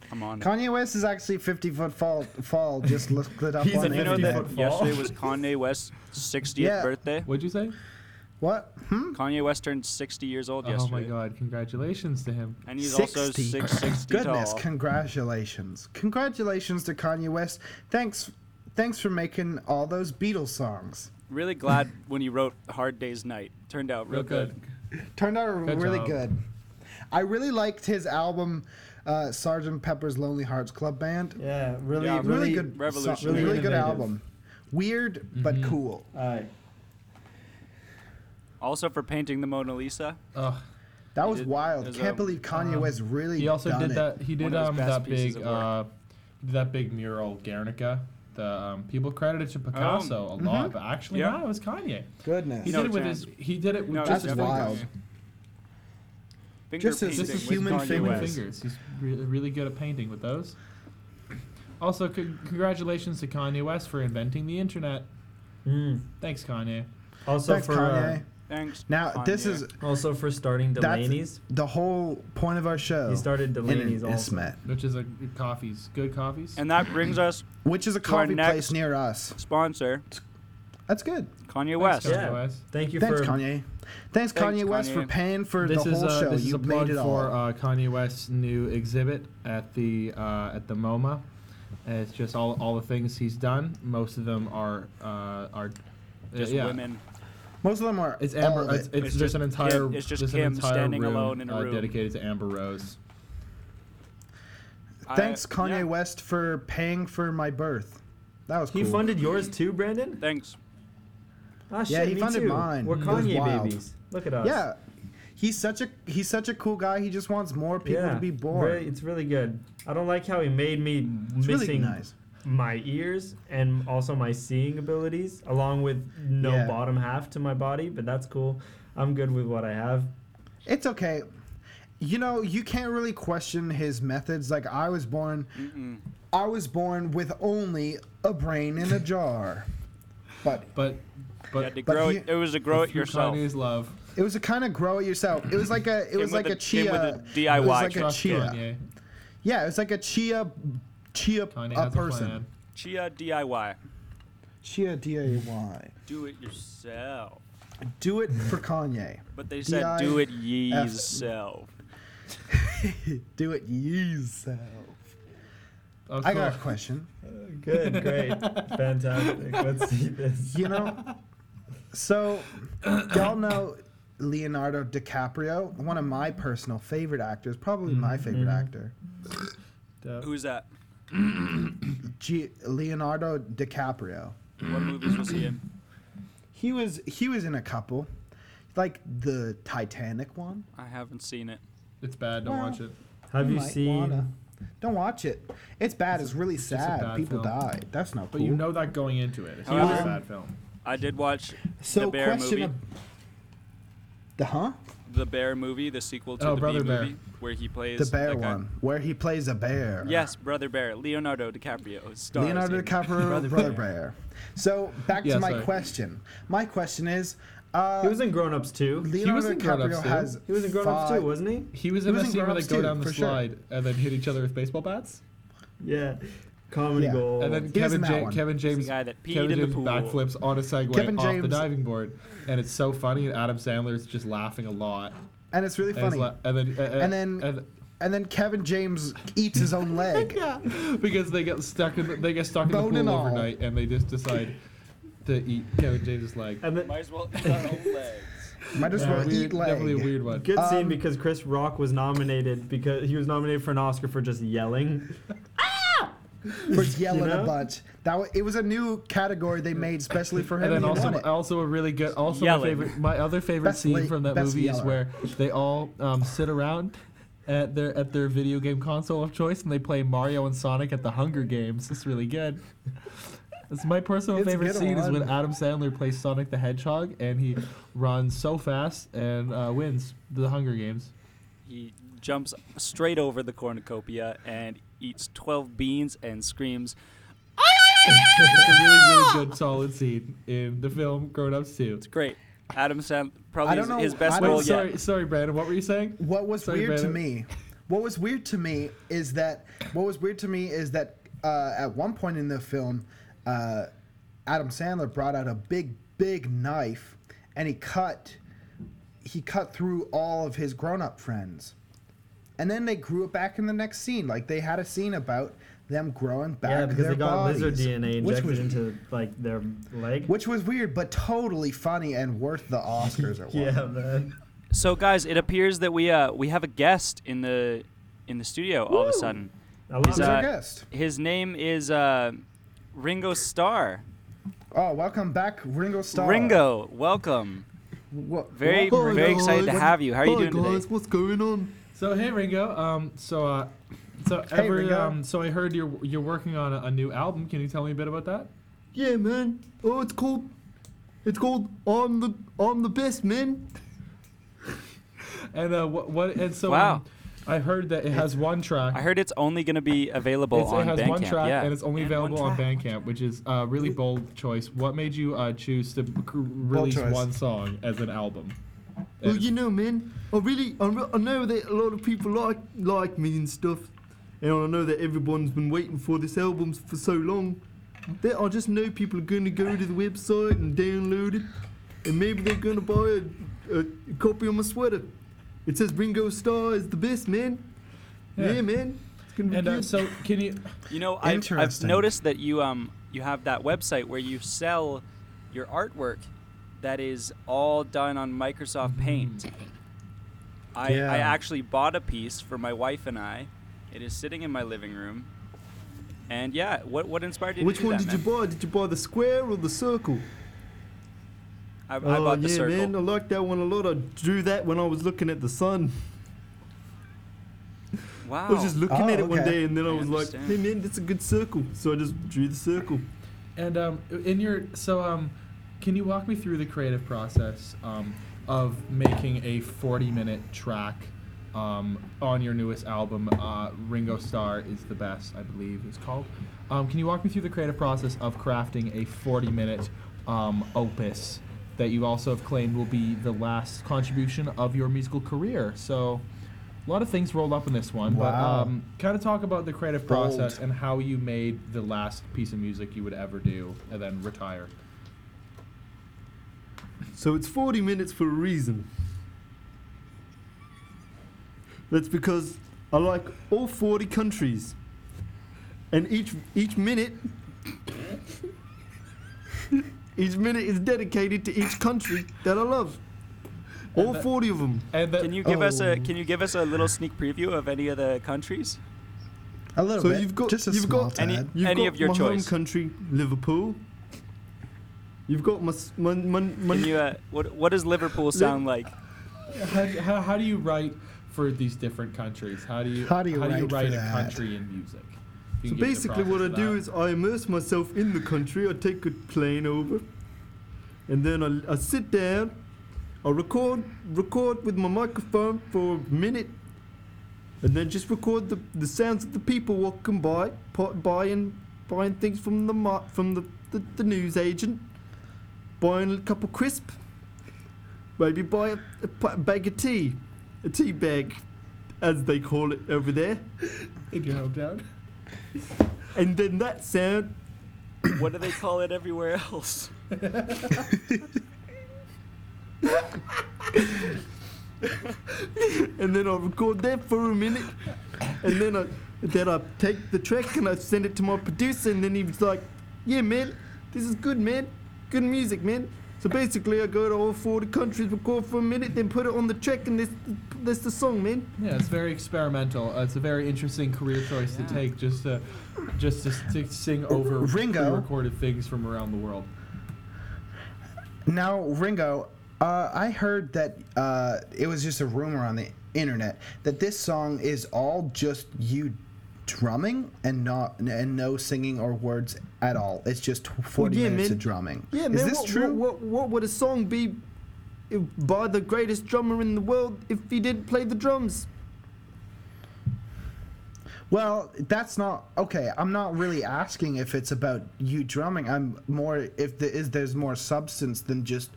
B: Come on.
D: Kanye West is actually fifty foot fall. Fall. Just looked it up
E: He's
D: on
E: a
B: you know that
E: 50-foot fall.
B: yesterday was Kanye West's 60th
D: Yeah.
B: birthday?
C: What'd you say?
D: What? Hmm.
B: Kanye West turned 60 years old
C: Oh
B: yesterday.
C: my God! Congratulations to him.
B: And he's also
D: 60.
B: 660
D: Goodness,
B: tall.
D: congratulations. Congratulations to Kanye West. Thanks thanks for making all those Beatles songs.
B: really glad when he wrote Hard Day's Night. Turned out real,
C: Real
B: good.
C: good.
D: Turned out
C: Good
D: really
C: job.
D: good. I really liked his album uh, Sgt. Pepper's Lonely Hearts Club Band.
E: Yeah. Really.
B: Yeah,
E: really,
D: Really good
B: Revolutionary.
D: really, really good
E: Innovative.
D: album. Weird but
B: Mm-hmm.
C: Mhm.
D: cool.
E: Aye.
B: Also for painting the Mona Lisa.
C: Ugh.
D: That
B: He
D: was
B: did-
D: wild.
B: there's
D: Can't
B: a-
D: believe Kanye
C: um,
D: West really
C: He also
D: done
C: did
D: it.
C: that. He
B: One
C: did
B: of his
C: um
B: best
C: that
B: pieces
C: big
B: of work.
C: uh, he did that big mural Guernica. The um, people credited to Picasso a lot, but actually
B: Oh. Yeah.
C: no, it was Kanye.
D: Goodness.
C: He
B: No
C: did it with
B: chance.
C: his. He did it with
B: No,
C: just
D: that's
C: his
D: wild.
C: fingers.
B: Finger
D: Just as-
B: painting
D: just
B: with
D: as human
B: Kanye
D: finger
B: West.
C: fingers. He's really, really good at painting with those. Also, con- congratulations to Kanye West for inventing the internet.
A: Mm.
C: Thanks, Kanye.
A: Also
D: Thanks,
A: for
D: Kanye.
B: Thanks.
D: now this
B: Kanye.
D: is
A: Uh, also for starting
D: That's- oh,
A: Delaney's.
D: the whole point of our show.
A: He started
D: in an
A: Delaney's also.
D: Ismet,
C: Which is a good coffees, good coffees.
B: And that brings us
D: which is a
B: To our
D: coffee
B: next-
D: place near us.
B: sponsor
D: That's good.
B: Kanye
C: Thanks,
B: West.
C: Kanye
A: Yeah.
C: West.
A: Thank you
D: Thanks,
A: for
D: Kanye.
B: Thanks,
D: Thanks, Kanye West, for
B: Kanye.
D: paying for
C: this
D: the
C: is
D: whole
C: a,
D: show.
C: This is a
D: You've
C: plug
D: made it
C: for
D: all.
C: uh, Kanye West's new exhibit at the uh, at the MoMA. And it's just all, all the things he's done. Most of them are uh, are uh,
B: Just
C: yeah.
B: women.
D: Most of them are.
C: It's
D: all
C: Amber.
D: of
C: It's, it's,
D: it.
B: It's
C: just,
B: just
C: an entire.
B: him- it's just
C: an
B: him
C: entire
B: standing
C: room,
B: alone in a
C: uh,
B: room.
C: dedicated to Amber Rose.
D: Thanks,
B: I-
D: Kanye
B: yeah.
D: West, for paying for my birth. That was
A: He
D: cool.
A: funded yours too, Brandon?
B: Thanks.
A: Ah, shit,
D: Yeah, he
A: me
D: funded
A: too.
D: mine.
A: We're
D: It was
A: Kanye
D: wild.
A: babies. Look at us.
D: yeah, he's such a he's such a cool guy. He just wants more people
A: Yeah.
D: to be born.
A: Really- it's really good. I don't like how he made me
D: it's
A: missing
D: really nice.
A: my ears and also my seeing abilities, along with no
D: Yeah.
A: bottom half to my body, but that's cool. I'm good with what I have.
D: It's okay. You know, you can't really question his methods. Like I was born,
B: Mm-mm.
D: I was born with only a brain in a jar. But
C: But
B: You
C: but
B: had to
D: but
B: grow
D: he-
B: it. It was to grow it
C: through
B: yourself.
C: Kanye's love.
D: it was a kind of grow it yourself. It was like a it
B: Came
D: was
B: with
D: like
B: a-
D: a,
B: came
D: chia.
B: with a
D: it was
B: DIY
D: like a
C: Trust
D: chia.
C: Kanye.
D: Yeah, it was like a chia chia
C: Kanye
D: a
C: has
D: person.
C: a plan.
B: Chia DIY.
D: Chia DIY.
B: Do it yourself.
D: Do it for Kanye.
B: But they said do it yourself.
D: Do it yourself.
C: Oh,
D: I got a
C: cool.
D: question.
A: Good, great, fantastic. Let's see this.
D: You know, so y'all know Leonardo DiCaprio, one of my personal favorite actors, probably
C: Mm-hmm.
D: my favorite actor.
C: Duh.
B: Who's that?
D: G- Leonardo DiCaprio.
B: What movies was he in?
D: He was he was in a couple, like the Titanic one.
B: I haven't seen it.
C: It's bad. Don't watch it.
A: Have you
D: might
A: seen?
D: wanna. Don't watch it. It's bad. It's, really
C: just a
D: sad.
C: bad
D: People
C: film.
D: died. That's not
C: But
D: cool.
C: you know that going into it. It's
B: However-
C: not a bad film.
B: I did watch
D: so
B: the Bear
D: question
B: movie.
D: of the huh?
B: the Bear movie, the sequel to
C: Oh,
B: the
C: Brother
B: Bee
C: Bear.
B: movie, where he plays
D: The bear
B: that guy.
D: one, where he plays a bear.
B: Yes, Brother Bear, Leonardo DiCaprio. Stars
D: Leonardo
B: in
D: DiCaprio, Brother,
B: Bear.
D: Bear. So back
C: Yeah,
D: to my
C: sorry.
D: question. My question is, uh,
A: He was in Grown Ups too.
D: Leonardo
C: was in Grown
D: DiCaprio
C: Ups, too.
D: has.
A: He was in Grown Ups
D: five-
A: too, wasn't he?
C: He was
D: He
C: in
D: was
C: that
D: in
C: scene where
D: Grown
C: they
D: Ups
C: go
D: too,
C: down the
D: for sure.
C: slide and then hit each other with baseball bats.
A: Yeah.
G: Comedy
D: Yeah.
G: gold.
C: And then
D: He was in
C: Kevin,
D: that
C: ja-
D: one.
C: Kevin
B: He's the
C: James
B: guy that peed
C: Kevin
B: in the
C: James
B: pool.
C: backflip backflips on a Segway
D: Kevin
C: off the
D: James-
C: diving board, and it's so funny. And Adam Sandler is just laughing a lot.
D: and it's really
C: And, he's
D: funny.
C: la- and then, uh, uh,
D: And then- and then Kevin James eats his own leg.
C: yeah, because they get stuck in the, they get stuck in
D: Bone
C: the
D: and
C: pool
D: all.
C: overnight, and they just decide to eat Kevin James's leg.
G: And then-
B: Might as well eat our own legs.
D: Might as
C: Yeah,
D: well
C: weird-
D: eat leg.
C: Definitely a weird one.
G: Good scene
D: Um,
G: because Chris Rock was nominated because he was nominated for an Oscar for just yelling.
D: for yelling
G: You know?
D: a bunch. That wa it was a new category they made specially for him.
C: And then
D: he
C: also,
D: won it.
C: also a really good, also
B: Yelling.
C: my favorite, my other favorite
D: Best
C: scene
D: la-
C: from that
D: best
C: movie is
D: yeller.
C: where they all um, sit around at their at their video game console of choice and they play Mario and Sonic at the Hunger Games. It's really good. It's my personal
D: It's a
C: favorite
D: good
C: scene is when
D: one.
C: Adam Sandler plays Sonic the Hedgehog and he runs so fast and uh, wins the Hunger Games.
B: He jumps straight over the cornucopia and eats 12 beans and screams,
C: It's a really really good solid scene in the film Grown Ups 2.
B: It's great. Adam Sandler,
D: I
B: probably
D: don't
B: his,
D: know-
B: his
D: I
B: best
D: don't-
B: role
C: Wait,
B: yet.
C: sorry, sorry, Brandon. What were you saying?
D: What was
C: Sorry,
D: weird to
C: Brandon.
D: me, what was weird to me is that what was weird to me is that uh, at one point in the film, uh, Adam Sandler brought out a big, big knife, and he cut, he cut through all of his grown-up friends, and then they grew it back in the next scene. Like they had a scene about them growing back
G: yeah, because
D: their
G: they got
D: bodies,
G: lizard DNA
D: which
G: injected
D: was
G: into like their leg.
D: which was weird, but totally funny and worth the Oscars. It
G: yeah,
D: was.
G: man.
B: So guys, it appears that we uh we have a guest in the in the studio all of a sudden.
G: I love
D: Who's
B: Is,
G: that.
B: uh,
D: our guest?
B: His name is uh Ringo Starr.
D: Oh, welcome back, Ringo Starr.
B: Ringo, welcome.
D: Wha-
B: Very
A: Oh
D: welcome.
B: very excited to have you. How are you doing today?
C: What's going on? So hey Ringo, um, so uh, so
D: Hey,
C: ever,
D: Ringo.
C: um, so I heard you're you're working on a, a new album. Can you tell me a bit about that?
A: Yeah, man. Oh, it's called. It's called I'm the I'm the best man.
C: And uh, what what and so
B: Wow.
C: um, I heard that it has one track.
B: I heard it's only going to be available
C: it's,
B: on
C: it has
B: Bandcamp.
C: one track
B: yeah.
C: and it's only
B: And one
C: available on
B: track.
C: Bandcamp, which is a really bold choice. What made you uh, choose to c- release
D: choice.
C: one song as an album?
A: Well,
C: And-
A: you know, man. I really I, re- I know that a lot of people like like me and stuff, and I know that everyone's been waiting for this album for so long. That I just know people are gonna go to the website and download it, and maybe they're gonna buy a, a copy of my sweater. It says Ringo Starr is the best man.
C: Yeah.
A: Yeah, man. It's gonna be
C: and uh,
A: good.
C: so can you?
B: You know, I've, I've
D: Interesting.
B: noticed that you um you have that website where you sell your artwork that is all done on Microsoft Paint.
A: Mm.
B: I,
D: Yeah.
B: I actually bought a piece for my wife and I. It is sitting in my living room. And yeah, what what inspired you
A: Which
B: to do
A: one
B: that,
A: did you
B: man?
A: buy? Did you buy the square or the circle? Oh,
B: I, I bought the
A: yeah,
B: circle.
A: man, I like that one a lot. I drew that when I was looking at the sun.
B: Wow.
A: I was just looking
D: Oh,
A: at it one
D: okay.
A: day, and then I,
B: I
A: was like, "Hey,
B: understand.
A: man, that's a good circle." So I just drew the circle.
C: And um, in your so um, can you walk me through the creative process um, of making a forty-minute track um, on your newest album? Uh, Ringo Starr is the best, I believe, is called. Um, can you walk me through the creative process of crafting a forty-minute um, opus that you also have claimed will be the last contribution of your musical career? So. A lot of things rolled up in this one, but
D: Wow.
C: um, kind of talk about the creative
D: Bold.
C: process and how you made the last piece of music you would ever do and then retire.
A: So it's 40 minutes for a reason. That's because I like all 40 countries, and each each minute, each minute is dedicated to each country that I love. All
C: that-
A: 40 of them.
C: And the,
B: Can you give us a
D: Oh.
B: Can you give us a little sneak preview of any of the countries?
D: A little
A: So
D: bit.
A: you've got-
D: just a
A: you've
D: small
A: got
D: tad.
B: any-
A: You've
B: Any
A: got
B: of your
A: my
B: choice.
A: home country, Liverpool. You've got my s- my my, my
B: Can you uh, what What does Liverpool sound like?
C: how, how, how do you write for these different countries? How do you
D: How do you write for
C: write a
D: that?
C: country in music? If
A: So
C: you can give us the
A: basically, what I
C: process
A: do
C: of
A: is I immerse myself in the country. I take a plane over, and then I, I sit down. I record record with my microphone for a minute, and then just record the, the sounds of the people walking by, po- buying buying things from the mar- from the, the, the news agent, buying a couple crisp, maybe buy a, a pa- bag of tea, a tea bag, as they call it over there.
C: that in your hometown.
A: and then that sound.
B: What do they call it everywhere else?
A: and then I'll record that for a minute, and then I then I take the track and I send it to my producer, and then he was like, "Yeah, man, this is good, man, good music, man." So basically, I go to all 40 countries, record for a minute, then put it on the track, and that's that's the song, man.
C: Yeah, it's very experimental. Uh, it's a very interesting career choice to take, just to, just to, s- to sing over
D: Ringo.
C: recorded things from around the world.
D: Now, Ringo, uh, I heard that uh, it was just a rumor on the internet that this song is all just you drumming and not and no singing or words at all. It's just 40
A: Well, yeah,
D: minutes
A: man.
D: of drumming.
A: Yeah,
D: is
A: man.
D: this
A: what,
D: true?
A: What, what, what would a song be if, by the greatest drummer in the world if he didn't play the drums?
D: Well, that's not okay. I'm not really asking if it's about you drumming. I'm more if there is there's more substance than just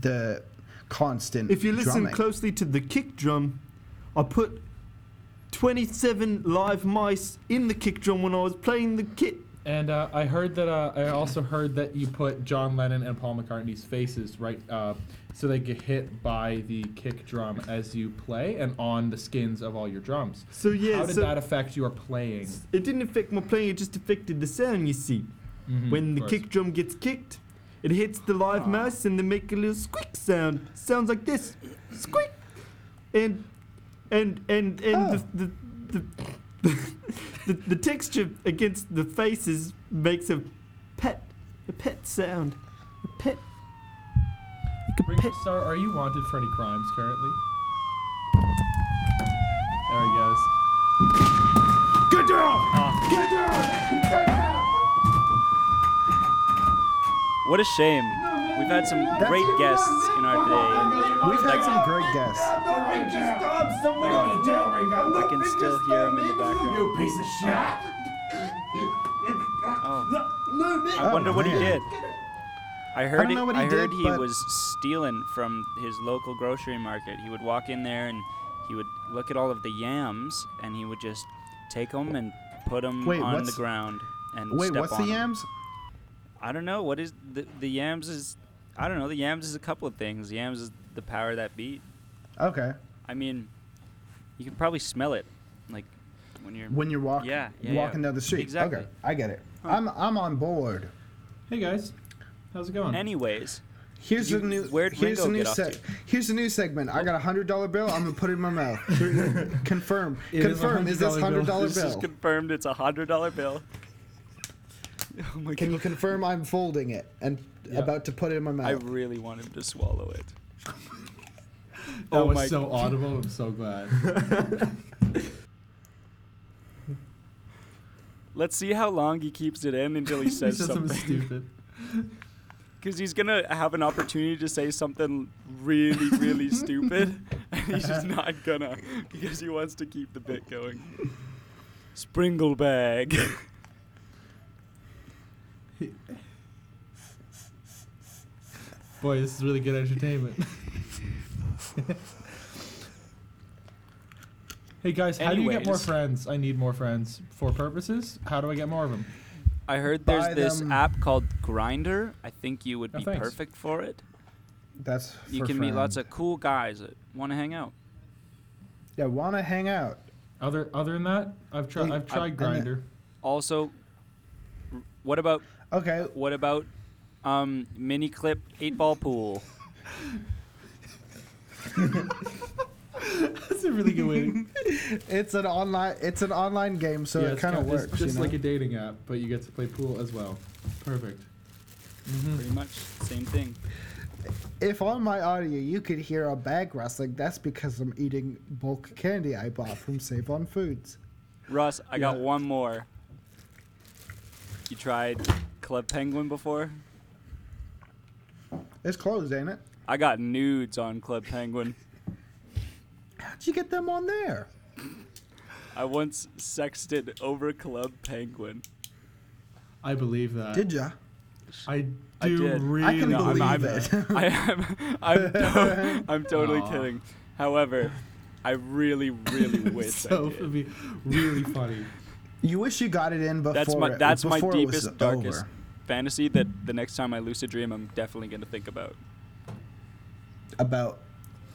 D: the constant.
A: If you listen
D: drumming.
A: closely to the kick drum, I put 27 live mice in the kick drum when I was playing the kit.
C: And uh, I heard that. Uh, I also heard that you put John Lennon and Paul McCartney's faces right, uh, so they get hit by the kick drum as you play, and on the skins of all your drums.
A: So yeah,
C: How did
A: so
C: that affect your playing?
A: it didn't affect my playing. It just affected the sound. You see,
C: Mhm,
A: when the
C: of
A: kick drum gets kicked, it hits the live
B: Ah.
A: mouse and they make a little squeak sound. Sounds like this, squeak, and and and and
D: Oh.
A: the. the the, the, the texture against the faces makes a pet a pet sound a pet like a
C: Ringo
A: pet
C: Starr, are you wanted for any crimes currently? There he goes.
A: Get down!
B: What a shame. We've had some great guests in our day.
D: We've had some great guests.
B: I can still hear them in the background. You piece of shit! Oh. I wonder what he
D: Oh,
B: did. I heard.
D: know what
B: he,
D: he
B: I heard
D: did,
B: he
D: but-
B: was stealing from his local grocery market. He would walk in there and he would look at all of the yams and he would just take them and put them
D: Wait,
B: on the
D: what's-
B: ground and
D: Wait,
B: step
D: what's
B: on
D: the
B: 'em.
D: yams?
B: I don't know. What is the the yams is? I don't know. The yams is a couple of things. Yams is the power that beat.
D: Okay.
B: I mean, you can probably smell it, like when you're.
D: When you're walking
B: Yeah, yeah,
D: walking
B: yeah.
D: down the street.
B: Exactly.
D: Okay, I get it. I'm I'm on board.
C: Hey guys, how's it going?
B: Anyways,
D: Here's
B: Did
D: the
B: you-
D: new
B: where'd
D: here's
B: Ringo
D: the new
B: get off
D: se-
B: to?
D: here's the new segment. I got a hundred dollar bill. I'm gonna put it in my mouth. Confirm.
C: It is a
D: Confirm. Is this
C: $100 bill.
D: hundred dollar
B: this is
D: bill?
B: confirmed. It's a hundred dollar bill. Oh my
D: Can you
B: god!
D: confirm I'm folding it and about to put it in my
B: I
D: mouth?
B: really want him to swallow it.
C: That
B: Oh
C: was
B: my-
C: so audible. I'm so glad.
B: Let's see how long he keeps it in until he
C: he said
B: says
C: something
B: something.
C: stupid.
B: Because he's gonna have an opportunity to say something really, really stupid, and he's just not gonna because he wants to keep the bit going. Springle bag.
C: Boy, this is really good entertainment. hey guys, how do you get more
B: Anyways.
C: friends? I need more friends for purposes. How do I get more of them?
B: I heard there's
D: Buy
B: this
D: them.
B: app called Grinder. I think you would
C: Oh,
B: be
C: thanks.
B: perfect for it.
D: That's
B: You
D: for
B: can meet lots
D: friend.
B: of cool guys that want to hang out.
D: yeah. Wanna hang out?
C: Other other than that, I've tried
D: Hey,
C: I've tried
D: I- I meant-
C: Grinder.
B: Also, r- what about
D: Okay.
B: what about um, mini clip eight ball pool?
C: That's a really good way.
D: It's an online it's an online game, so it kind of works.
C: Just
D: you know?
C: like a dating app, but you get to play pool as well. Perfect.
B: Pretty much same thing.
D: If on my audio you could hear a bag rustling, that's because I'm eating bulk candy I bought from Save on Foods.
B: Russ, I got
C: Yeah.
B: one more. You tried Club Penguin before?
D: It's closed, ain't it?
B: I got nudes on Club Penguin.
D: How'd you get them on there?
B: I once sexted over Club Penguin.
C: I believe that.
D: Did ya?
C: I do
B: I did.
C: really
D: I can
B: No, I'm-
D: believe
B: I'm-
D: it.
B: I am, I'm, to- I'm totally
C: Aw.
B: kidding. However, I really, really wish
C: so
B: I did.
C: it'd be really funny.
D: You wish you got it in before.
B: That's my
D: it-
B: that's my
D: before it was
B: deepest darkest
D: over.
B: fantasy that the next time I lucid dream I'm definitely going to think about.
D: about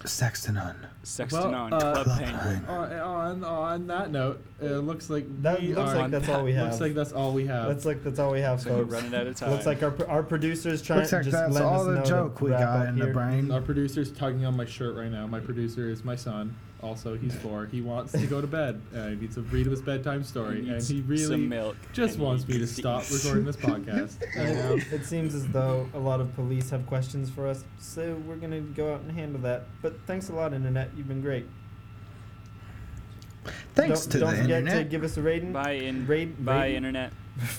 D: sex to none.
B: Sex
C: Well,
B: to non
C: uh,
B: club
D: Club
B: penguin.
D: Penguin.
C: On, on, on that note, it looks like
A: That
C: we
A: looks
C: are-
A: like that's all we have.
C: Looks like that's all we have.
A: That's like that's all we have,
B: So we're
A: folks.
B: running out of time.
A: Looks like our our producers trying
D: Looks like
A: just
D: that's
A: letting
D: all
A: us
D: the
A: know to
D: joke we
A: wrap
D: got
A: up
D: in the
A: here.
D: brain.
C: Our producer's tugging on my shirt right now. My producer is my son. Also, he's four. He wants to go to bed. Uh, he needs to read his bedtime
B: I
C: story,
B: need
C: and he
B: some
C: really
B: milk.
C: just
B: I
C: wants
B: need
C: me to
B: eat.
C: stop recording this podcast.
A: And, um, it seems as though a lot of police have questions for us, so we're gonna go out and handle that. But thanks a lot, internet. You've been great.
D: Thanks
A: don't,
D: to
A: don't
D: the
A: forget
D: internet.
A: to give us a rating.
B: Bye in
A: Raid-
B: bye
A: raid-
B: internet.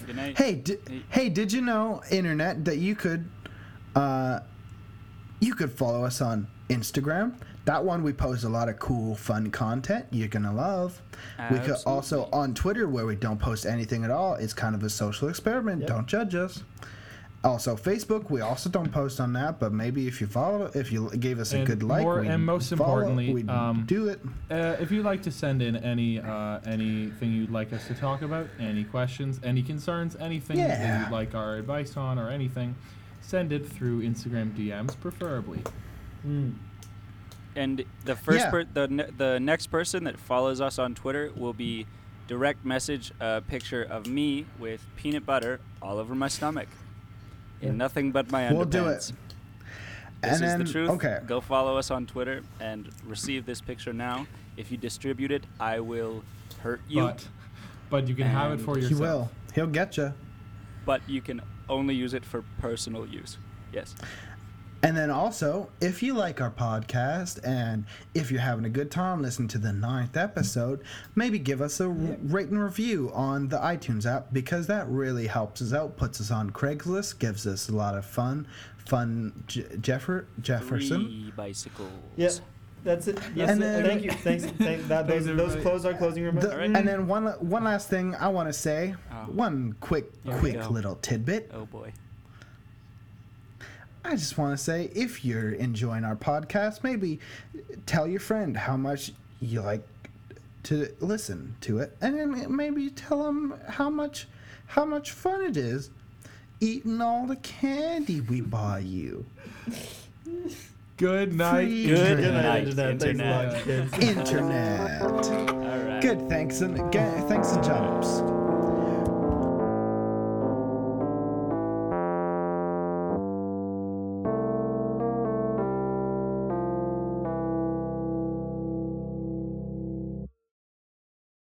B: Good night.
D: Hey, di-
B: Hey.
D: hey, did you know, internet, that you could, uh, you could follow us on Instagram. That one we post a lot of cool, fun content you're gonna love. We could also
B: Absolutely.
D: on Twitter, where we don't post anything at all. It's kind of a social experiment.
A: Yep.
D: Don't judge us. Also, Facebook, we also don't post on that, but maybe if you follow, if you gave us a
C: And
D: good like,
C: more-
D: we'd
C: and most
D: follow,
C: importantly,
D: we'd
C: um,
D: do it.
C: Uh, if you'd like to send in any uh, anything you'd like us to talk about, any questions, any concerns, anything that
D: Yeah.
C: you'd like our advice on, or anything, send it through Instagram DMs, preferably.
A: Mm.
B: And the first
D: Yeah.
B: per- the ne- the next person that follows us on Twitter will be direct message a picture of me with peanut butter all over my stomach, in
A: Yeah.
B: nothing but my
D: We'll
B: underpants.
D: do it.
B: This is
D: and then,
B: the truth.
D: okay.
B: Go follow us on Twitter and receive this picture now. If you distribute it, I will hurt you.
C: But, but you can have it
B: And
C: for
D: He
C: yourself.
D: will. He'll get you.
B: but you can only use it for personal use. Yes.
D: And then also, if you like our podcast and if you're having a good time listening to the ninth episode, maybe give us a r- rate and review on the iTunes app because that really helps us out, puts us on Craigslist, gives us a lot of fun, fun Je- Jeffer- Jefferson.
B: Three bicycles.
A: Yeah, that's it. Yes,
D: And
A: it-
D: then-
A: thank you. Thanks. Thank, that,
C: Thanks,
A: those those
C: everybody.
A: close our closing remarks.
D: The-
B: All right.
D: And then one la- one last thing I want to say,
B: Oh.
D: one quick
B: Here we
D: quick
B: go.
D: little tidbit.
B: Oh boy.
D: I just want to say if you're enjoying our podcast, maybe tell your friend how much you like to listen to it, and then maybe tell them how much how much fun it is eating all the candy we buy you.
C: Good night.
D: Free
B: Good
A: Good
B: night,
A: night, internet. Thanks a lot,
B: internet.
A: kids.
D: Internet.
B: All right.
D: Good. Thanks and ga- thanks and jobs.
B: Bye.